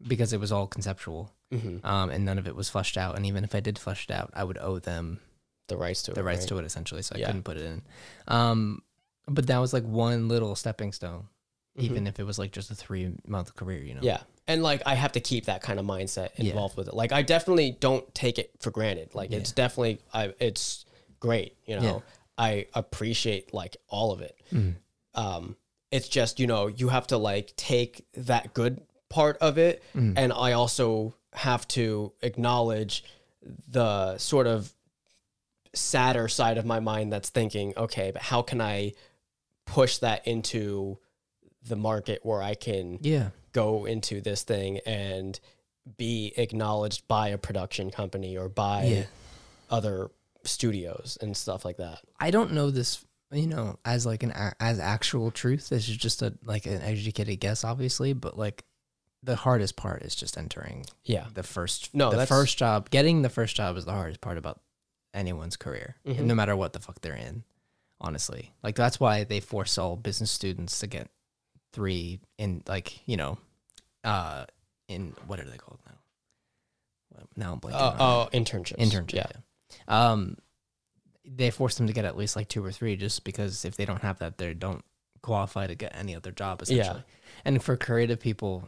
[SPEAKER 1] because it was all conceptual,
[SPEAKER 2] hmm
[SPEAKER 1] um, and none of it was fleshed out. And even if I did flesh it out, I would owe them
[SPEAKER 2] The rights to it.
[SPEAKER 1] the rights
[SPEAKER 2] right?
[SPEAKER 1] to it essentially so i
[SPEAKER 2] Yeah.
[SPEAKER 1] couldn't put it in um but that was like one little stepping stone even if it was like just a three month career you know
[SPEAKER 2] Mm-hmm. Yeah. And like I have to keep that kind of mindset
[SPEAKER 1] Yeah.
[SPEAKER 2] involved with it. Like I definitely don't take it for granted. Like it's definitely I it's great, you know.
[SPEAKER 1] Yeah.
[SPEAKER 2] I appreciate like all of it.
[SPEAKER 1] Mm-hmm.
[SPEAKER 2] Um it's just, you know, you have to like take that good part of it
[SPEAKER 1] Mm.
[SPEAKER 2] and I also have to acknowledge the sort of sadder side of my mind that's thinking, okay, but how can I push that into the market where I can
[SPEAKER 1] yeah
[SPEAKER 2] go into this thing and be acknowledged by a production company or by
[SPEAKER 1] Yeah.
[SPEAKER 2] other studios and stuff like that.
[SPEAKER 1] i don't know this you know as like an a- as actual truth this is just a like an educated guess obviously but like the hardest part is just entering
[SPEAKER 2] Yeah.
[SPEAKER 1] the first
[SPEAKER 2] No,
[SPEAKER 1] the
[SPEAKER 2] that's-
[SPEAKER 1] first job getting the first job is the hardest part about anyone's career
[SPEAKER 2] Mhm.
[SPEAKER 1] no matter what the fuck they're in honestly like that's why they force all business students to get three in like you know uh in what are they called now Well, now i'm blanking
[SPEAKER 2] Uh,
[SPEAKER 1] on
[SPEAKER 2] oh, internships.
[SPEAKER 1] it. internship
[SPEAKER 2] Yeah.
[SPEAKER 1] yeah. um they force them to get at least like two or three just because if they don't have that they don't qualify to get any other job essentially and for creative people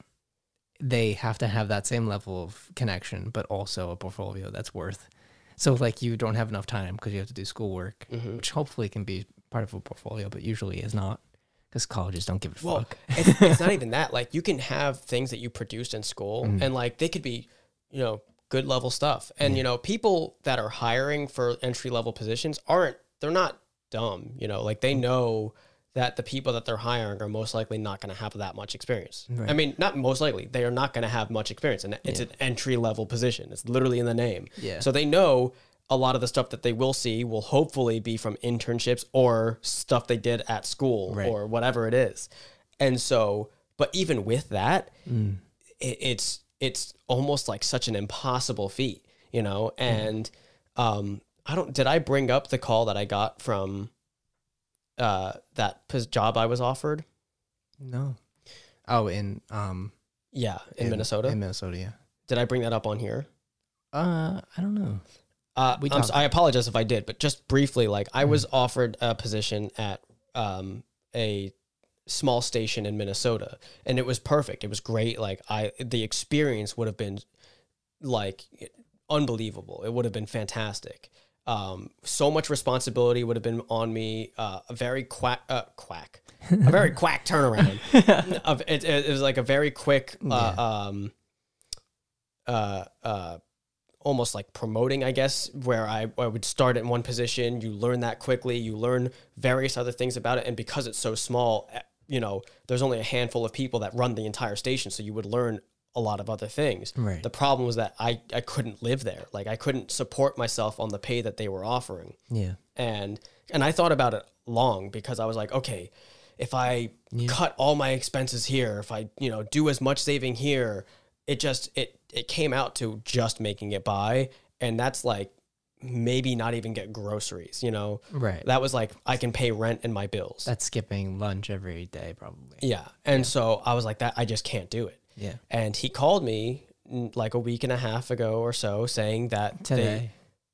[SPEAKER 1] they have to have that same level of connection but also a portfolio that's worth so like you don't have enough time because you have to do schoolwork
[SPEAKER 2] Mhm.
[SPEAKER 1] which hopefully can be part of a portfolio but usually is not because colleges don't give a
[SPEAKER 2] Well,
[SPEAKER 1] fuck
[SPEAKER 2] it's, it's not even that. Like, you can have things that you produced in school,
[SPEAKER 1] Mm.
[SPEAKER 2] and like they could be, you know, good level stuff.
[SPEAKER 1] Hmm.
[SPEAKER 2] And you know, people that are hiring for entry level positions aren't. They're not dumb. You know, like
[SPEAKER 1] Hmm.
[SPEAKER 2] they know that the people that they're hiring are most likely not going to have that much experience. I mean, not most likely. They are not going to have much experience, and it's an entry level position. It's literally in the name.
[SPEAKER 1] Yeah.
[SPEAKER 2] So they know. A lot of the stuff that they will see will hopefully be from internships or stuff they did at school
[SPEAKER 1] Right.
[SPEAKER 2] or whatever it is. And so, but even with that, it, it's it's almost like such an impossible feat, you know. And um, I don't. Did I bring up the call that I got from uh, that pos- job I was offered?
[SPEAKER 1] No. Oh, in um
[SPEAKER 2] Yeah, in, Minnesota.
[SPEAKER 1] In Minnesota, yeah.
[SPEAKER 2] Did I bring that up on here?
[SPEAKER 1] Uh, I don't know.
[SPEAKER 2] Uh,
[SPEAKER 1] We
[SPEAKER 2] I'm s-
[SPEAKER 1] talked- Mm-hmm.
[SPEAKER 2] I apologize if I did, but just briefly, like I was offered a position at um, a small station in Minnesota, and it was perfect. It was great. Like I, the experience would have been like unbelievable. It would have been fantastic. Um, so much responsibility would have been on me. Uh, a very quack, uh, quack, a very quack turnaround. Of- it, it was like a very quick, uh, um, uh, uh, almost like promoting, I guess, where I, I would start in one position. You learn that quickly. You learn various other things about it. And because it's so small, eh, you know, there's only a handful of people that run the entire station. So you would learn a lot of other things.
[SPEAKER 1] Right.
[SPEAKER 2] The problem was that I, I couldn't live there. Like I couldn't support myself on the pay that they were offering
[SPEAKER 1] Yeah.
[SPEAKER 2] and and I thought about it long because I was like, okay, if I cut all my expenses here, if I you know do as much saving here, it just it it came out to just making it by, and that's like maybe not even get groceries, you know.
[SPEAKER 1] Right.
[SPEAKER 2] That was like I can pay rent and my bills.
[SPEAKER 1] That's skipping lunch every day, probably.
[SPEAKER 2] yeah, and so I was like that. I just can't do it.
[SPEAKER 1] Yeah.
[SPEAKER 2] And he called me mm, like a week and a half ago or so, saying that they-
[SPEAKER 1] Today,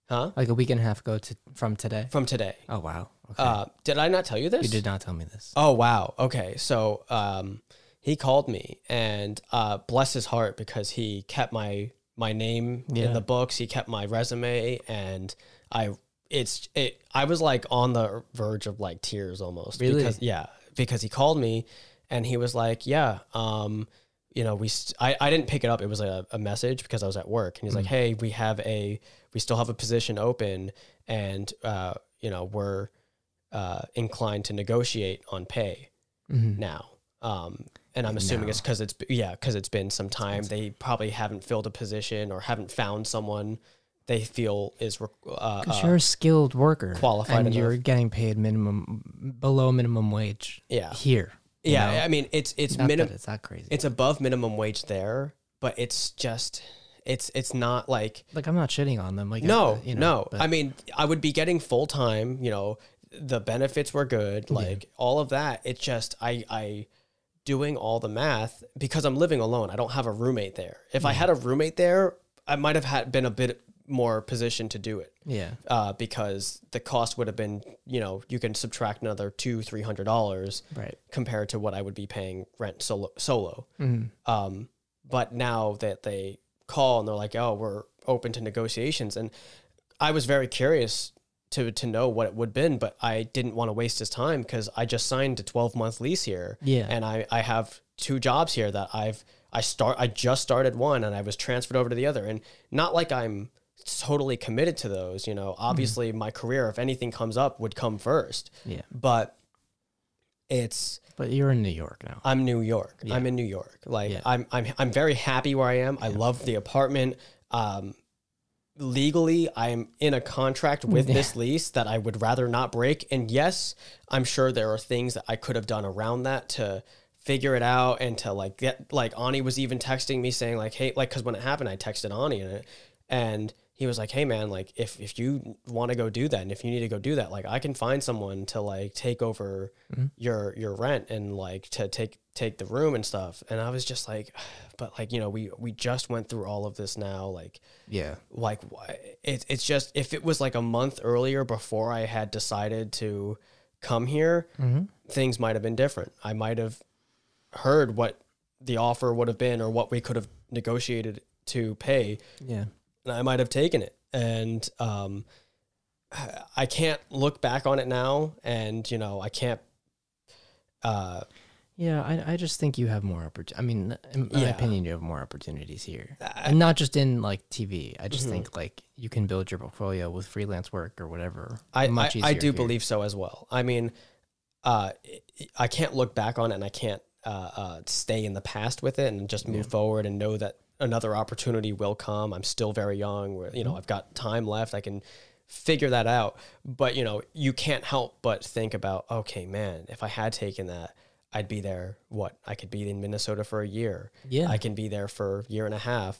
[SPEAKER 2] huh?
[SPEAKER 1] like a week and a half ago to from today.
[SPEAKER 2] From today.
[SPEAKER 1] Oh wow. Okay.
[SPEAKER 2] Uh, did I not tell you this?
[SPEAKER 1] you did not tell me this.
[SPEAKER 2] Oh wow. Okay. So um he called me and uh bless his heart because he kept my my name in
[SPEAKER 1] Yeah.
[SPEAKER 2] the books, he kept my resume and I it's it I was like on the verge of like tears almost
[SPEAKER 1] Really?
[SPEAKER 2] because yeah, because he called me and he was like, "Yeah, um you know, we st- I, I didn't pick it up. It was a, a message because I was at work and he's
[SPEAKER 1] Mm.
[SPEAKER 2] like, "Hey, we have a we still have a position open and uh you know, we're uh, inclined to negotiate on pay
[SPEAKER 1] Mhm.
[SPEAKER 2] now. Um, and I'm assuming
[SPEAKER 1] Now.
[SPEAKER 2] it's because it's yeah because it's been some time. They probably haven't filled a position or haven't found someone they feel is re- uh, uh,
[SPEAKER 1] Because you're a skilled worker,
[SPEAKER 2] qualified
[SPEAKER 1] and
[SPEAKER 2] enough.
[SPEAKER 1] you're getting paid minimum below minimum wage
[SPEAKER 2] yeah
[SPEAKER 1] here. you
[SPEAKER 2] yeah.
[SPEAKER 1] know?
[SPEAKER 2] I mean it's it's
[SPEAKER 1] Not that
[SPEAKER 2] minimum
[SPEAKER 1] it's that crazy.
[SPEAKER 2] it's above minimum wage there, but it's just it's it's not like
[SPEAKER 1] like I'm not shitting on them. Like I-
[SPEAKER 2] No,
[SPEAKER 1] you know,
[SPEAKER 2] no.
[SPEAKER 1] but-
[SPEAKER 2] I mean, I would be getting full time. You know, the benefits were good, like all of that. It's just I, I, doing all the math because I'm living alone. I don't have a roommate there. If I had a roommate there, I might have had been a bit more positioned to do it
[SPEAKER 1] yeah.
[SPEAKER 2] uh, because the cost would have been, you know, you can subtract another two, three hundred dollars
[SPEAKER 1] Right.
[SPEAKER 2] compared to what I would be paying rent solo. solo. Um, but now that they call and they're like, "Oh, we're open to negotiations," and I was very curious to to know what it would been, but I didn't want to waste his time because I just signed a twelve month lease here,
[SPEAKER 1] Yeah.
[SPEAKER 2] and I I have two jobs here that I've I start I just started one and I was transferred over to the other, and not like I'm totally committed to those. You know, obviously my career, if anything comes up, would come first,
[SPEAKER 1] Yeah.
[SPEAKER 2] but it's
[SPEAKER 1] But you're in New York now.
[SPEAKER 2] I'm New York. I'm in New York. Like
[SPEAKER 1] Yeah.
[SPEAKER 2] I'm I'm I'm very happy where I am. I love the apartment. Um legally I'm in a contract with this lease that I would rather not break. And yes, I'm sure there are things that I could have done around that to figure it out and to like get like Ani was even texting me saying like hey like cuz when it happened I texted Ani and it and he was like, "Hey man, like if if you want to go do that, and if you need to go do that, like I can find someone to like take over your your rent and like to take take the room and stuff." And I was just like, "But like you know, we we just went through all of this now. Like
[SPEAKER 1] Yeah.
[SPEAKER 2] like wh- it, it's just if it was like a month earlier before I had decided to come here,
[SPEAKER 1] Mm-hmm.
[SPEAKER 2] things might have been different. I might have heard what the offer would have been or what we could have negotiated to pay."
[SPEAKER 1] Yeah.
[SPEAKER 2] and I might have taken it. And um, I can't look back on it now, and you know, I can't. Uh,
[SPEAKER 1] Yeah, I, I just think you have more opportunities. I mean, in my
[SPEAKER 2] Yeah.
[SPEAKER 1] opinion, you have more opportunities here, and not just in like TV. I
[SPEAKER 2] Mm-hmm.
[SPEAKER 1] just think like you can build your portfolio with freelance work or whatever.
[SPEAKER 2] I
[SPEAKER 1] much
[SPEAKER 2] I, I
[SPEAKER 1] easier
[SPEAKER 2] do
[SPEAKER 1] here.
[SPEAKER 2] believe so as well. I mean, uh, I can't look back on it, and I can't uh, uh, stay in the past with it, and just move forward and know that another opportunity will come. I'm still very young. Where you know, I've got time left. I can figure that out. But you know, you can't help but think about, okay, man, if I had taken that. I'd be there. What I could be in Minnesota for a year.
[SPEAKER 1] Yeah.
[SPEAKER 2] I can be there for a year and a half.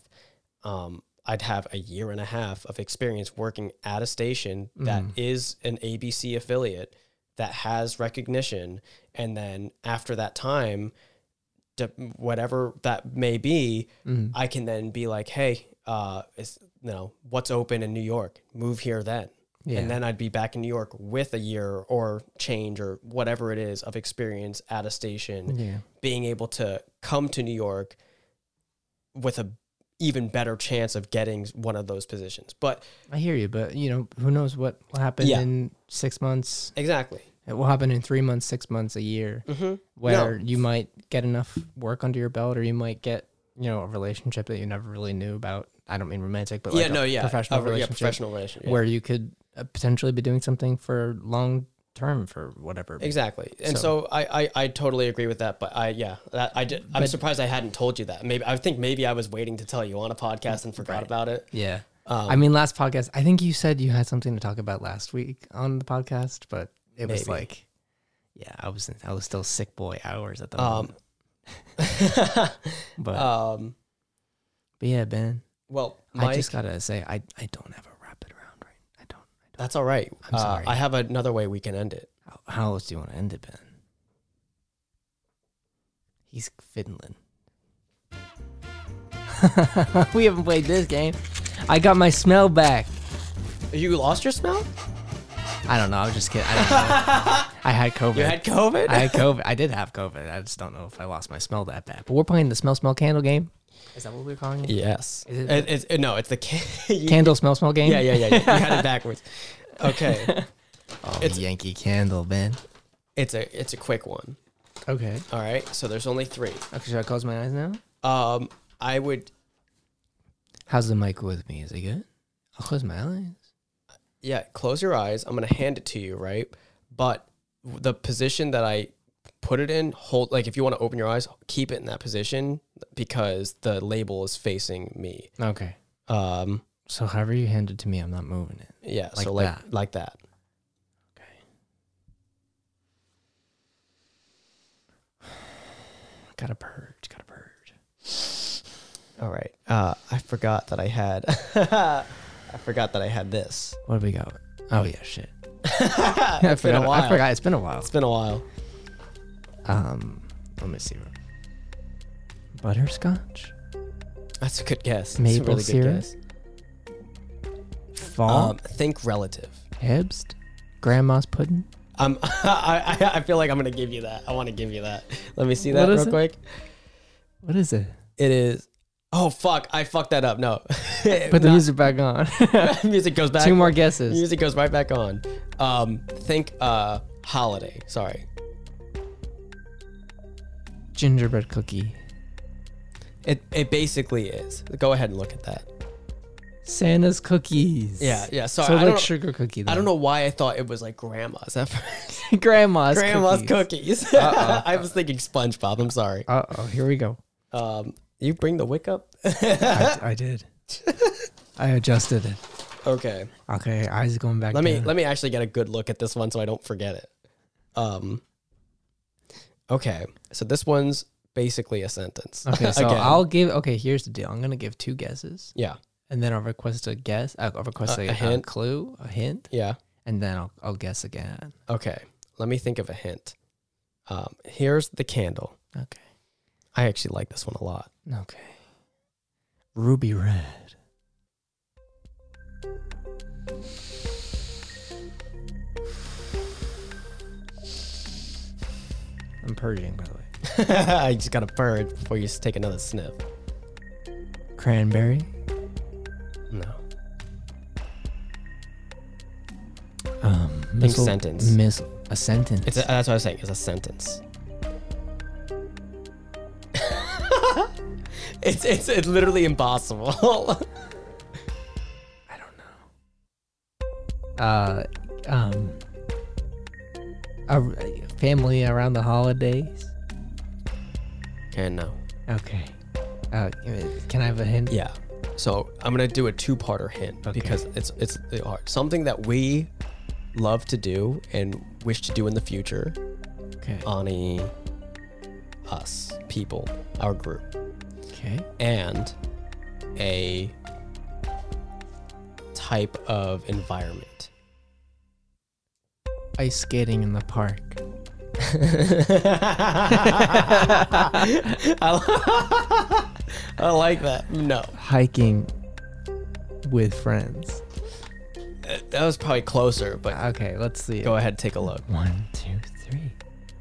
[SPEAKER 2] Um, I'd have a year and a half of experience working at a station that is an ABC affiliate that has recognition, and then after that time, d- whatever that may be,
[SPEAKER 1] Mm-hmm.
[SPEAKER 2] I can then be like, hey, uh, it's, you know, what's open in New York? Move here then.
[SPEAKER 1] Yeah.
[SPEAKER 2] And then I'd be back in New York with a year or change or whatever it is of experience at a station,
[SPEAKER 1] Yeah.
[SPEAKER 2] being able to come to New York with a even better chance of getting one of those positions. But
[SPEAKER 1] I hear you, but you know, who knows what will happen
[SPEAKER 2] Yeah.
[SPEAKER 1] in six months?
[SPEAKER 2] exactly.
[SPEAKER 1] It will happen in three months, six months, a year,
[SPEAKER 2] Mm-hmm.
[SPEAKER 1] where you might get enough work under your belt, or you might get you know a relationship that you never really knew about. I don't mean romantic, but like
[SPEAKER 2] yeah,
[SPEAKER 1] a
[SPEAKER 2] no, yeah.
[SPEAKER 1] professional
[SPEAKER 2] A re- yeah,
[SPEAKER 1] relationship
[SPEAKER 2] professional relationship. yeah.
[SPEAKER 1] where you could uh, potentially be doing something for long term for whatever.
[SPEAKER 2] Exactly. And so, I, I, I totally agree with that. But I, yeah, that, I did, I'm surprised I hadn't told you that. Maybe I think maybe I was waiting to tell you on a podcast and forgot about it. Um,
[SPEAKER 1] Yeah.
[SPEAKER 2] Oh.
[SPEAKER 1] I mean, last podcast, I think you said you had something to talk about last week on the podcast, but it was
[SPEAKER 2] Maybe.
[SPEAKER 1] like, yeah, I was I was still sick boy hours at the
[SPEAKER 2] Um,
[SPEAKER 1] moment. But,
[SPEAKER 2] um,
[SPEAKER 1] but yeah, Ben,
[SPEAKER 2] well,
[SPEAKER 1] I
[SPEAKER 2] Mike,
[SPEAKER 1] just gotta say, I I don't have a rapid round right. I don't. I
[SPEAKER 2] that's all right.
[SPEAKER 1] I'm sorry.
[SPEAKER 2] Uh, I have another way we can end it.
[SPEAKER 1] don't. How, how else do you want to end it, Ben? He's Finland. we haven't played this game. I got my smell back.
[SPEAKER 2] You lost your smell?
[SPEAKER 1] I don't know. I was just kidding. I, don't know. I had COVID.
[SPEAKER 2] You had COVID?
[SPEAKER 1] I had COVID. I did have COVID. I just don't know if I lost my smell that bad. But we're playing the smell smell candle game. Is that what we're calling it?
[SPEAKER 2] yes.
[SPEAKER 1] Is it-
[SPEAKER 2] It- it's, it- no, it's the can- you-
[SPEAKER 1] Candle smell smell game.
[SPEAKER 2] Yeah, yeah, yeah. yeah. You had it backwards. Okay.
[SPEAKER 1] Oh,
[SPEAKER 2] It's-
[SPEAKER 1] Yankee Candle, man.
[SPEAKER 2] It's a it's a quick one.
[SPEAKER 1] Okay.
[SPEAKER 2] All right. So there's only three.
[SPEAKER 1] Okay. Should I close my eyes now?
[SPEAKER 2] Um, I would.
[SPEAKER 1] How's the mic with me? Is it good? I'll close my eyes.
[SPEAKER 2] Yeah, close your eyes. I'm gonna hand it to you, right? But the position that I put it in, hold like if you want to open your eyes, keep it in that position because the label is facing me.
[SPEAKER 1] Okay.
[SPEAKER 2] Um,
[SPEAKER 1] So however you hand it to me, I'm not moving it.
[SPEAKER 2] yeah,
[SPEAKER 1] Like
[SPEAKER 2] so like
[SPEAKER 1] that.
[SPEAKER 2] like that.
[SPEAKER 1] Gotta purge. Gotta purge.
[SPEAKER 2] All right. Uh, I forgot that I had. I forgot that I had this.
[SPEAKER 1] What do we got? Oh yeah, shit.
[SPEAKER 2] it's
[SPEAKER 1] I
[SPEAKER 2] been
[SPEAKER 1] forgot.
[SPEAKER 2] a while.
[SPEAKER 1] I forgot. It's been a while.
[SPEAKER 2] It's been a while.
[SPEAKER 1] Um, let me see. Butterscotch,
[SPEAKER 2] That's a good guess. That's
[SPEAKER 1] Maple
[SPEAKER 2] a really
[SPEAKER 1] syrup?
[SPEAKER 2] good guess.
[SPEAKER 1] fall,
[SPEAKER 2] Um, think relative.
[SPEAKER 1] Hebst, grandma's pudding.
[SPEAKER 2] Um, I, I I feel like I'm gonna give you that. I want to give you that. Let me see that
[SPEAKER 1] What
[SPEAKER 2] real
[SPEAKER 1] is it?
[SPEAKER 2] quick.
[SPEAKER 1] What is it?
[SPEAKER 2] It is. Oh fuck! I fucked that up. No.
[SPEAKER 1] Put the
[SPEAKER 2] Uh, Not-
[SPEAKER 1] music back on.
[SPEAKER 2] music goes back.
[SPEAKER 1] Two more guesses.
[SPEAKER 2] Music goes right back on. Um, think uh holiday. Sorry,
[SPEAKER 1] Gingerbread cookie,
[SPEAKER 2] it it basically is. Go ahead and look at that.
[SPEAKER 1] Santa's cookies.
[SPEAKER 2] Yeah, yeah. Sorry,
[SPEAKER 1] So
[SPEAKER 2] I
[SPEAKER 1] like
[SPEAKER 2] don't,
[SPEAKER 1] sugar cookie.
[SPEAKER 2] I don't know why I thought it was like grandma's at first.
[SPEAKER 1] know. grandma's.
[SPEAKER 2] grandma's
[SPEAKER 1] cookies. Uh-uh.
[SPEAKER 2] cookies. I was thinking SpongeBob. I'm sorry.
[SPEAKER 1] Uh oh, here we go.
[SPEAKER 2] Um, you bring the wick up.
[SPEAKER 1] I, I did. I adjusted it.
[SPEAKER 2] okay.
[SPEAKER 1] Okay, eyes going back.
[SPEAKER 2] Let me
[SPEAKER 1] down.
[SPEAKER 2] let me actually get a good look at this one so I don't forget it. Um. Okay, so this one's basically a sentence.
[SPEAKER 1] Okay, so
[SPEAKER 2] Again.
[SPEAKER 1] I'll give. Okay, here's the deal. I'm gonna give two guesses,
[SPEAKER 2] yeah
[SPEAKER 1] and then I'll request a guess. I'll request
[SPEAKER 2] A-
[SPEAKER 1] a,
[SPEAKER 2] a
[SPEAKER 1] a
[SPEAKER 2] hint?
[SPEAKER 1] clue, a hint,
[SPEAKER 2] yeah
[SPEAKER 1] and then I'll, I'll guess again.
[SPEAKER 2] okay. Let me think of a hint. Um, here's the candle.
[SPEAKER 1] Okay.
[SPEAKER 2] I actually like this one a lot.
[SPEAKER 1] Okay. Ruby red. I'm purging, by the way.
[SPEAKER 2] I just gotta purge before you s- take another sniff.
[SPEAKER 1] Cranberry.
[SPEAKER 2] No,
[SPEAKER 1] Um,
[SPEAKER 2] sentence.
[SPEAKER 1] Miss a sentence.
[SPEAKER 2] it's a, that's what I was saying. It's a sentence. it's it's it's literally impossible.
[SPEAKER 1] I don't know. Uh, um, a family around the holidays.
[SPEAKER 2] and no.
[SPEAKER 1] Okay. Uh, can I have a hint?
[SPEAKER 2] Yeah. So I'm gonna do a two-parter hint
[SPEAKER 1] Okay.
[SPEAKER 2] because it's it's the art. something that we love to do and wish to do in the future.
[SPEAKER 1] Okay.
[SPEAKER 2] Ani, us people, our group,
[SPEAKER 1] Okay.
[SPEAKER 2] and a type of environment.
[SPEAKER 1] ice skating in the park.
[SPEAKER 2] I like that. No,
[SPEAKER 1] Hiking with friends.
[SPEAKER 2] that was probably closer, but
[SPEAKER 1] Okay, let's see.
[SPEAKER 2] go ahead, take a look.
[SPEAKER 1] One, two, three.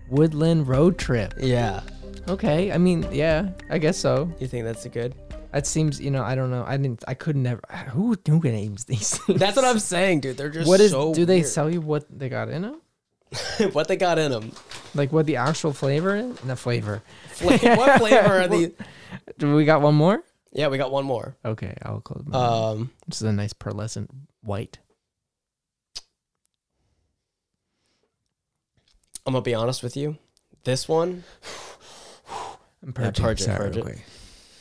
[SPEAKER 1] Woodland road trip.
[SPEAKER 2] Yeah.
[SPEAKER 1] Okay, I mean, yeah, I guess so.
[SPEAKER 2] You think that's a good?
[SPEAKER 1] That seems, you know, I don't know. I didn't, I could never. Who who names these things?
[SPEAKER 2] That's what I'm saying, dude. They're just
[SPEAKER 1] What is?
[SPEAKER 2] so
[SPEAKER 1] do they
[SPEAKER 2] weird.
[SPEAKER 1] sell you what they got in them?
[SPEAKER 2] what they got in them?
[SPEAKER 1] Like what the actual flavor is? The flavor.
[SPEAKER 2] what flavor are these?
[SPEAKER 1] Do we got one more?
[SPEAKER 2] Yeah, we got one more.
[SPEAKER 1] Okay, I'll close. Mine.
[SPEAKER 2] Um,
[SPEAKER 1] this is a nice pearlescent white.
[SPEAKER 2] I'm gonna be honest with you. This one,
[SPEAKER 1] I'm
[SPEAKER 2] purge it, purge it.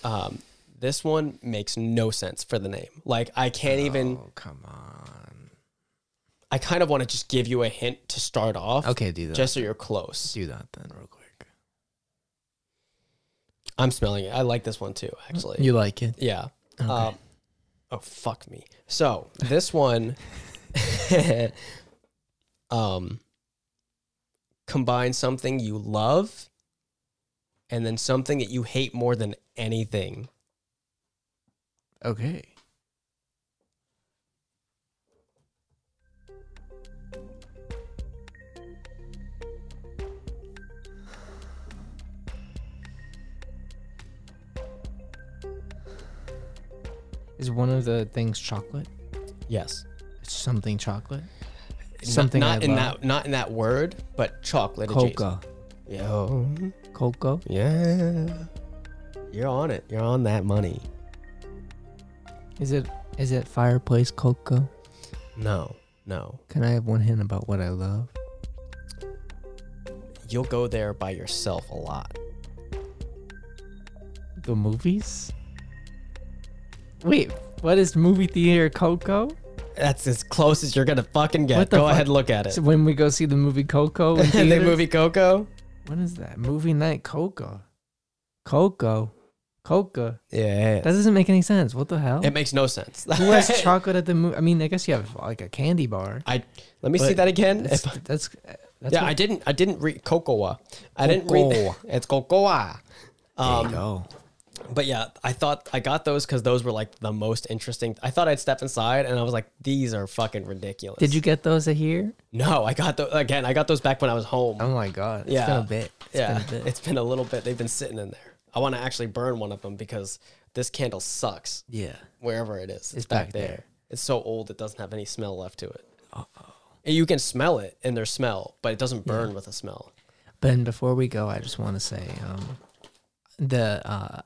[SPEAKER 2] um, this one makes no sense for the name. Like, I can't even.
[SPEAKER 1] Oh come on.
[SPEAKER 2] I kind of want to just give you a hint to start off,
[SPEAKER 1] Okay, do that.
[SPEAKER 2] just so you're close.
[SPEAKER 1] do that then, real quick.
[SPEAKER 2] I'm smelling it. I like this one too, actually.
[SPEAKER 1] You like it?
[SPEAKER 2] Yeah. Um, oh fuck me. So this one, um, combine something you love, and then something that you hate more than anything.
[SPEAKER 1] Okay. Is one of the things chocolate?
[SPEAKER 2] Yes.
[SPEAKER 1] Something chocolate?
[SPEAKER 2] Not-
[SPEAKER 1] Something
[SPEAKER 2] not,
[SPEAKER 1] I
[SPEAKER 2] in
[SPEAKER 1] love.
[SPEAKER 2] that not in that word, but chocolate. adjacent.
[SPEAKER 1] Coca.
[SPEAKER 2] Yo.
[SPEAKER 1] Cocoa?
[SPEAKER 2] Yeah. You're on it. You're on that money.
[SPEAKER 1] Is it is it fireplace cocoa?
[SPEAKER 2] No. No.
[SPEAKER 1] Can I have one hint about what I love?
[SPEAKER 2] You'll go there by yourself a lot.
[SPEAKER 1] The movies? Wait, what is movie theater cocoa?
[SPEAKER 2] That's as close as you're gonna fucking get.
[SPEAKER 1] What the
[SPEAKER 2] Go
[SPEAKER 1] fuck?
[SPEAKER 2] ahead, look at it.
[SPEAKER 1] So when we go see the movie Coco, in
[SPEAKER 2] the
[SPEAKER 1] theaters-
[SPEAKER 2] movie Coco.
[SPEAKER 1] When is that movie night? Coco, Coco, Coca.
[SPEAKER 2] Yeah,
[SPEAKER 1] That doesn't make any sense. What the hell?
[SPEAKER 2] it makes no sense.
[SPEAKER 1] Who has chocolate at the movie? I mean, I guess you have like a candy bar.
[SPEAKER 2] I let me see
[SPEAKER 1] But
[SPEAKER 2] that again.
[SPEAKER 1] That's
[SPEAKER 2] If-
[SPEAKER 1] that's, uh, that's
[SPEAKER 2] yeah,
[SPEAKER 1] what-
[SPEAKER 2] I didn't. I didn't read cocoa. I didn't read.
[SPEAKER 1] Cocoa.
[SPEAKER 2] It's cocoa.
[SPEAKER 1] there
[SPEAKER 2] Um,
[SPEAKER 1] you go.
[SPEAKER 2] but yeah, I thought I got those because those were like the most interesting. I thought I'd step inside, and I was like, "These are fucking ridiculous."
[SPEAKER 1] Did you get those here?
[SPEAKER 2] No, I got those again. I got those back when I was home.
[SPEAKER 1] Oh my god! It's
[SPEAKER 2] Yeah.
[SPEAKER 1] been a bit. It's
[SPEAKER 2] yeah,
[SPEAKER 1] been a bit.
[SPEAKER 2] it's been a little bit. They've been sitting in there. I want to actually burn one of them because this candle sucks.
[SPEAKER 1] yeah.
[SPEAKER 2] wherever it is. It's,
[SPEAKER 1] back
[SPEAKER 2] back, there.
[SPEAKER 1] there.
[SPEAKER 2] It's so old it doesn't have any smell left to it. And you can smell it in their smell, but it doesn't burn with a smell.
[SPEAKER 1] Ben, before we go, I just want to say um, the uh,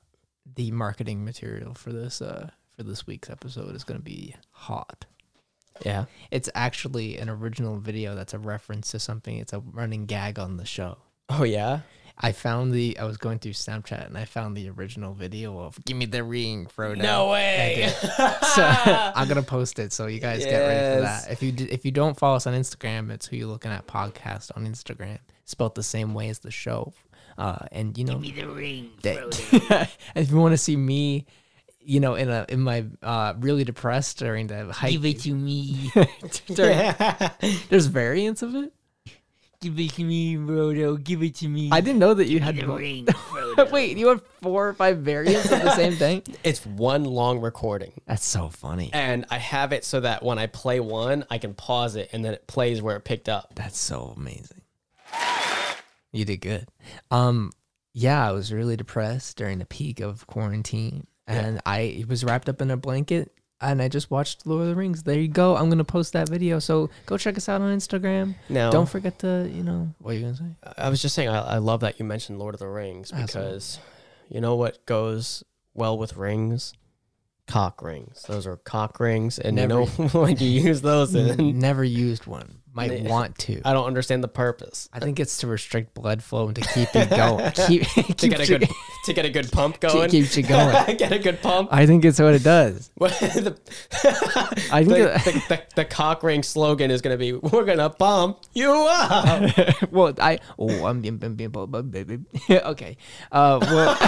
[SPEAKER 1] the marketing material for this uh, for this week's episode is going to be hot.
[SPEAKER 2] Yeah.
[SPEAKER 1] It's actually an original video that's a reference to something. It's a running gag on the show.
[SPEAKER 2] Oh yeah.
[SPEAKER 1] I found the I was going through Snapchat and I found the original video of "Give Me the Ring, Frodo."
[SPEAKER 2] way.
[SPEAKER 1] so I'm gonna post it so you guys get ready for
[SPEAKER 2] Yes.
[SPEAKER 1] that. If you d- if you don't follow us on Instagram, it's who you looking at podcast on Instagram, spelled the same way as the show. Uh, and you know, Give me the ring, Frodo. if you want to see me, you know, in a in my uh, really depressed during the hike, give it to me. There's variants of it.
[SPEAKER 3] Give it to me, Rodo. Give it to me.
[SPEAKER 1] I didn't know that you had.
[SPEAKER 3] the
[SPEAKER 1] mul-
[SPEAKER 3] ring, Frodo.
[SPEAKER 1] Wait, you have four or five variants of the same thing?
[SPEAKER 2] it's one long recording.
[SPEAKER 1] That's so funny.
[SPEAKER 2] And I have it so that when I play one, I can pause it and then it plays where it picked up.
[SPEAKER 1] That's so amazing. You did good. Um, yeah, I was really depressed during the peak of quarantine, and I was wrapped up in a blanket, and I just watched Lord of the Rings. There you go. I'm gonna post that video, so go check us out on Instagram.
[SPEAKER 2] No.
[SPEAKER 1] Don't forget to, you know, what are you gonna say?
[SPEAKER 2] I was just saying, I, I love that you mentioned Lord of the Rings because
[SPEAKER 1] Absolutely.
[SPEAKER 2] you know what goes well with rings? Cock rings. Those are cock rings. And
[SPEAKER 1] Never-
[SPEAKER 2] you know, when you use those, in,
[SPEAKER 1] Never used one. Might
[SPEAKER 2] Yeah.
[SPEAKER 1] want to.
[SPEAKER 2] I don't understand the purpose.
[SPEAKER 1] I think it's to restrict blood flow and to keep you going. keep, keep,
[SPEAKER 2] To get a
[SPEAKER 1] you-
[SPEAKER 2] good to get a good pump
[SPEAKER 1] keep,
[SPEAKER 2] going.
[SPEAKER 1] keeps you going. Uh,
[SPEAKER 2] get a good pump.
[SPEAKER 1] I think it's what it does.
[SPEAKER 2] What- the,
[SPEAKER 1] I
[SPEAKER 2] the,
[SPEAKER 1] think
[SPEAKER 2] the, the, the cock ring slogan is going to be, we're going to pump you up.
[SPEAKER 1] well, I oh, I'm bim bim bim bim bim bim. Okay, uh, well,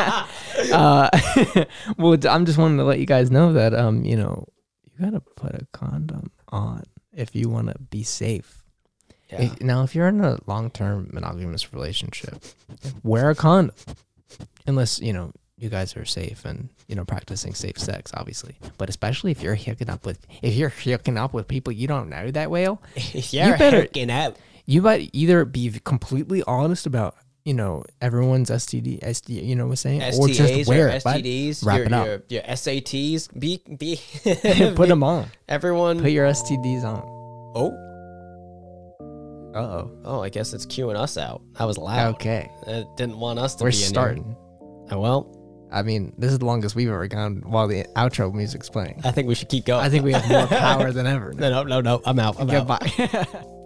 [SPEAKER 1] uh, well, I'm just wanting to let you guys know that um, you know, you gotta put a condom on if you want to be safe.
[SPEAKER 2] Yeah.
[SPEAKER 1] If- now, if you're in a long-term monogamous relationship, wear a condom, unless you know you guys are safe and you know practicing safe sex, obviously. But especially if you're hooking up with if you're hooking up with people you don't know that well,
[SPEAKER 2] yeah,
[SPEAKER 1] You better-
[SPEAKER 2] hooking out.
[SPEAKER 1] you might either be completely honest about you know everyone's STD, SD, you know what I'm saying, or
[SPEAKER 2] STAs
[SPEAKER 1] just
[SPEAKER 2] or,
[SPEAKER 1] wear it, bud.
[SPEAKER 2] STDs,
[SPEAKER 1] wrap
[SPEAKER 2] your,
[SPEAKER 1] it up.
[SPEAKER 2] Your, your SATs, be be
[SPEAKER 1] Put them on.
[SPEAKER 2] everyone.
[SPEAKER 1] Put your STDs on.
[SPEAKER 2] oh,
[SPEAKER 1] Uh oh.
[SPEAKER 2] oh, I guess it's queuing us out. That was loud.
[SPEAKER 1] Okay,
[SPEAKER 2] It didn't want us to
[SPEAKER 1] we're
[SPEAKER 2] be in here.
[SPEAKER 1] starting.
[SPEAKER 2] Oh, well,
[SPEAKER 1] I mean, this is the longest we've ever gone while the outro music's playing.
[SPEAKER 2] I think we should keep going.
[SPEAKER 1] I think we have more power than ever.
[SPEAKER 2] no, no, no, no. I'm out. I'm out.
[SPEAKER 1] Goodbye.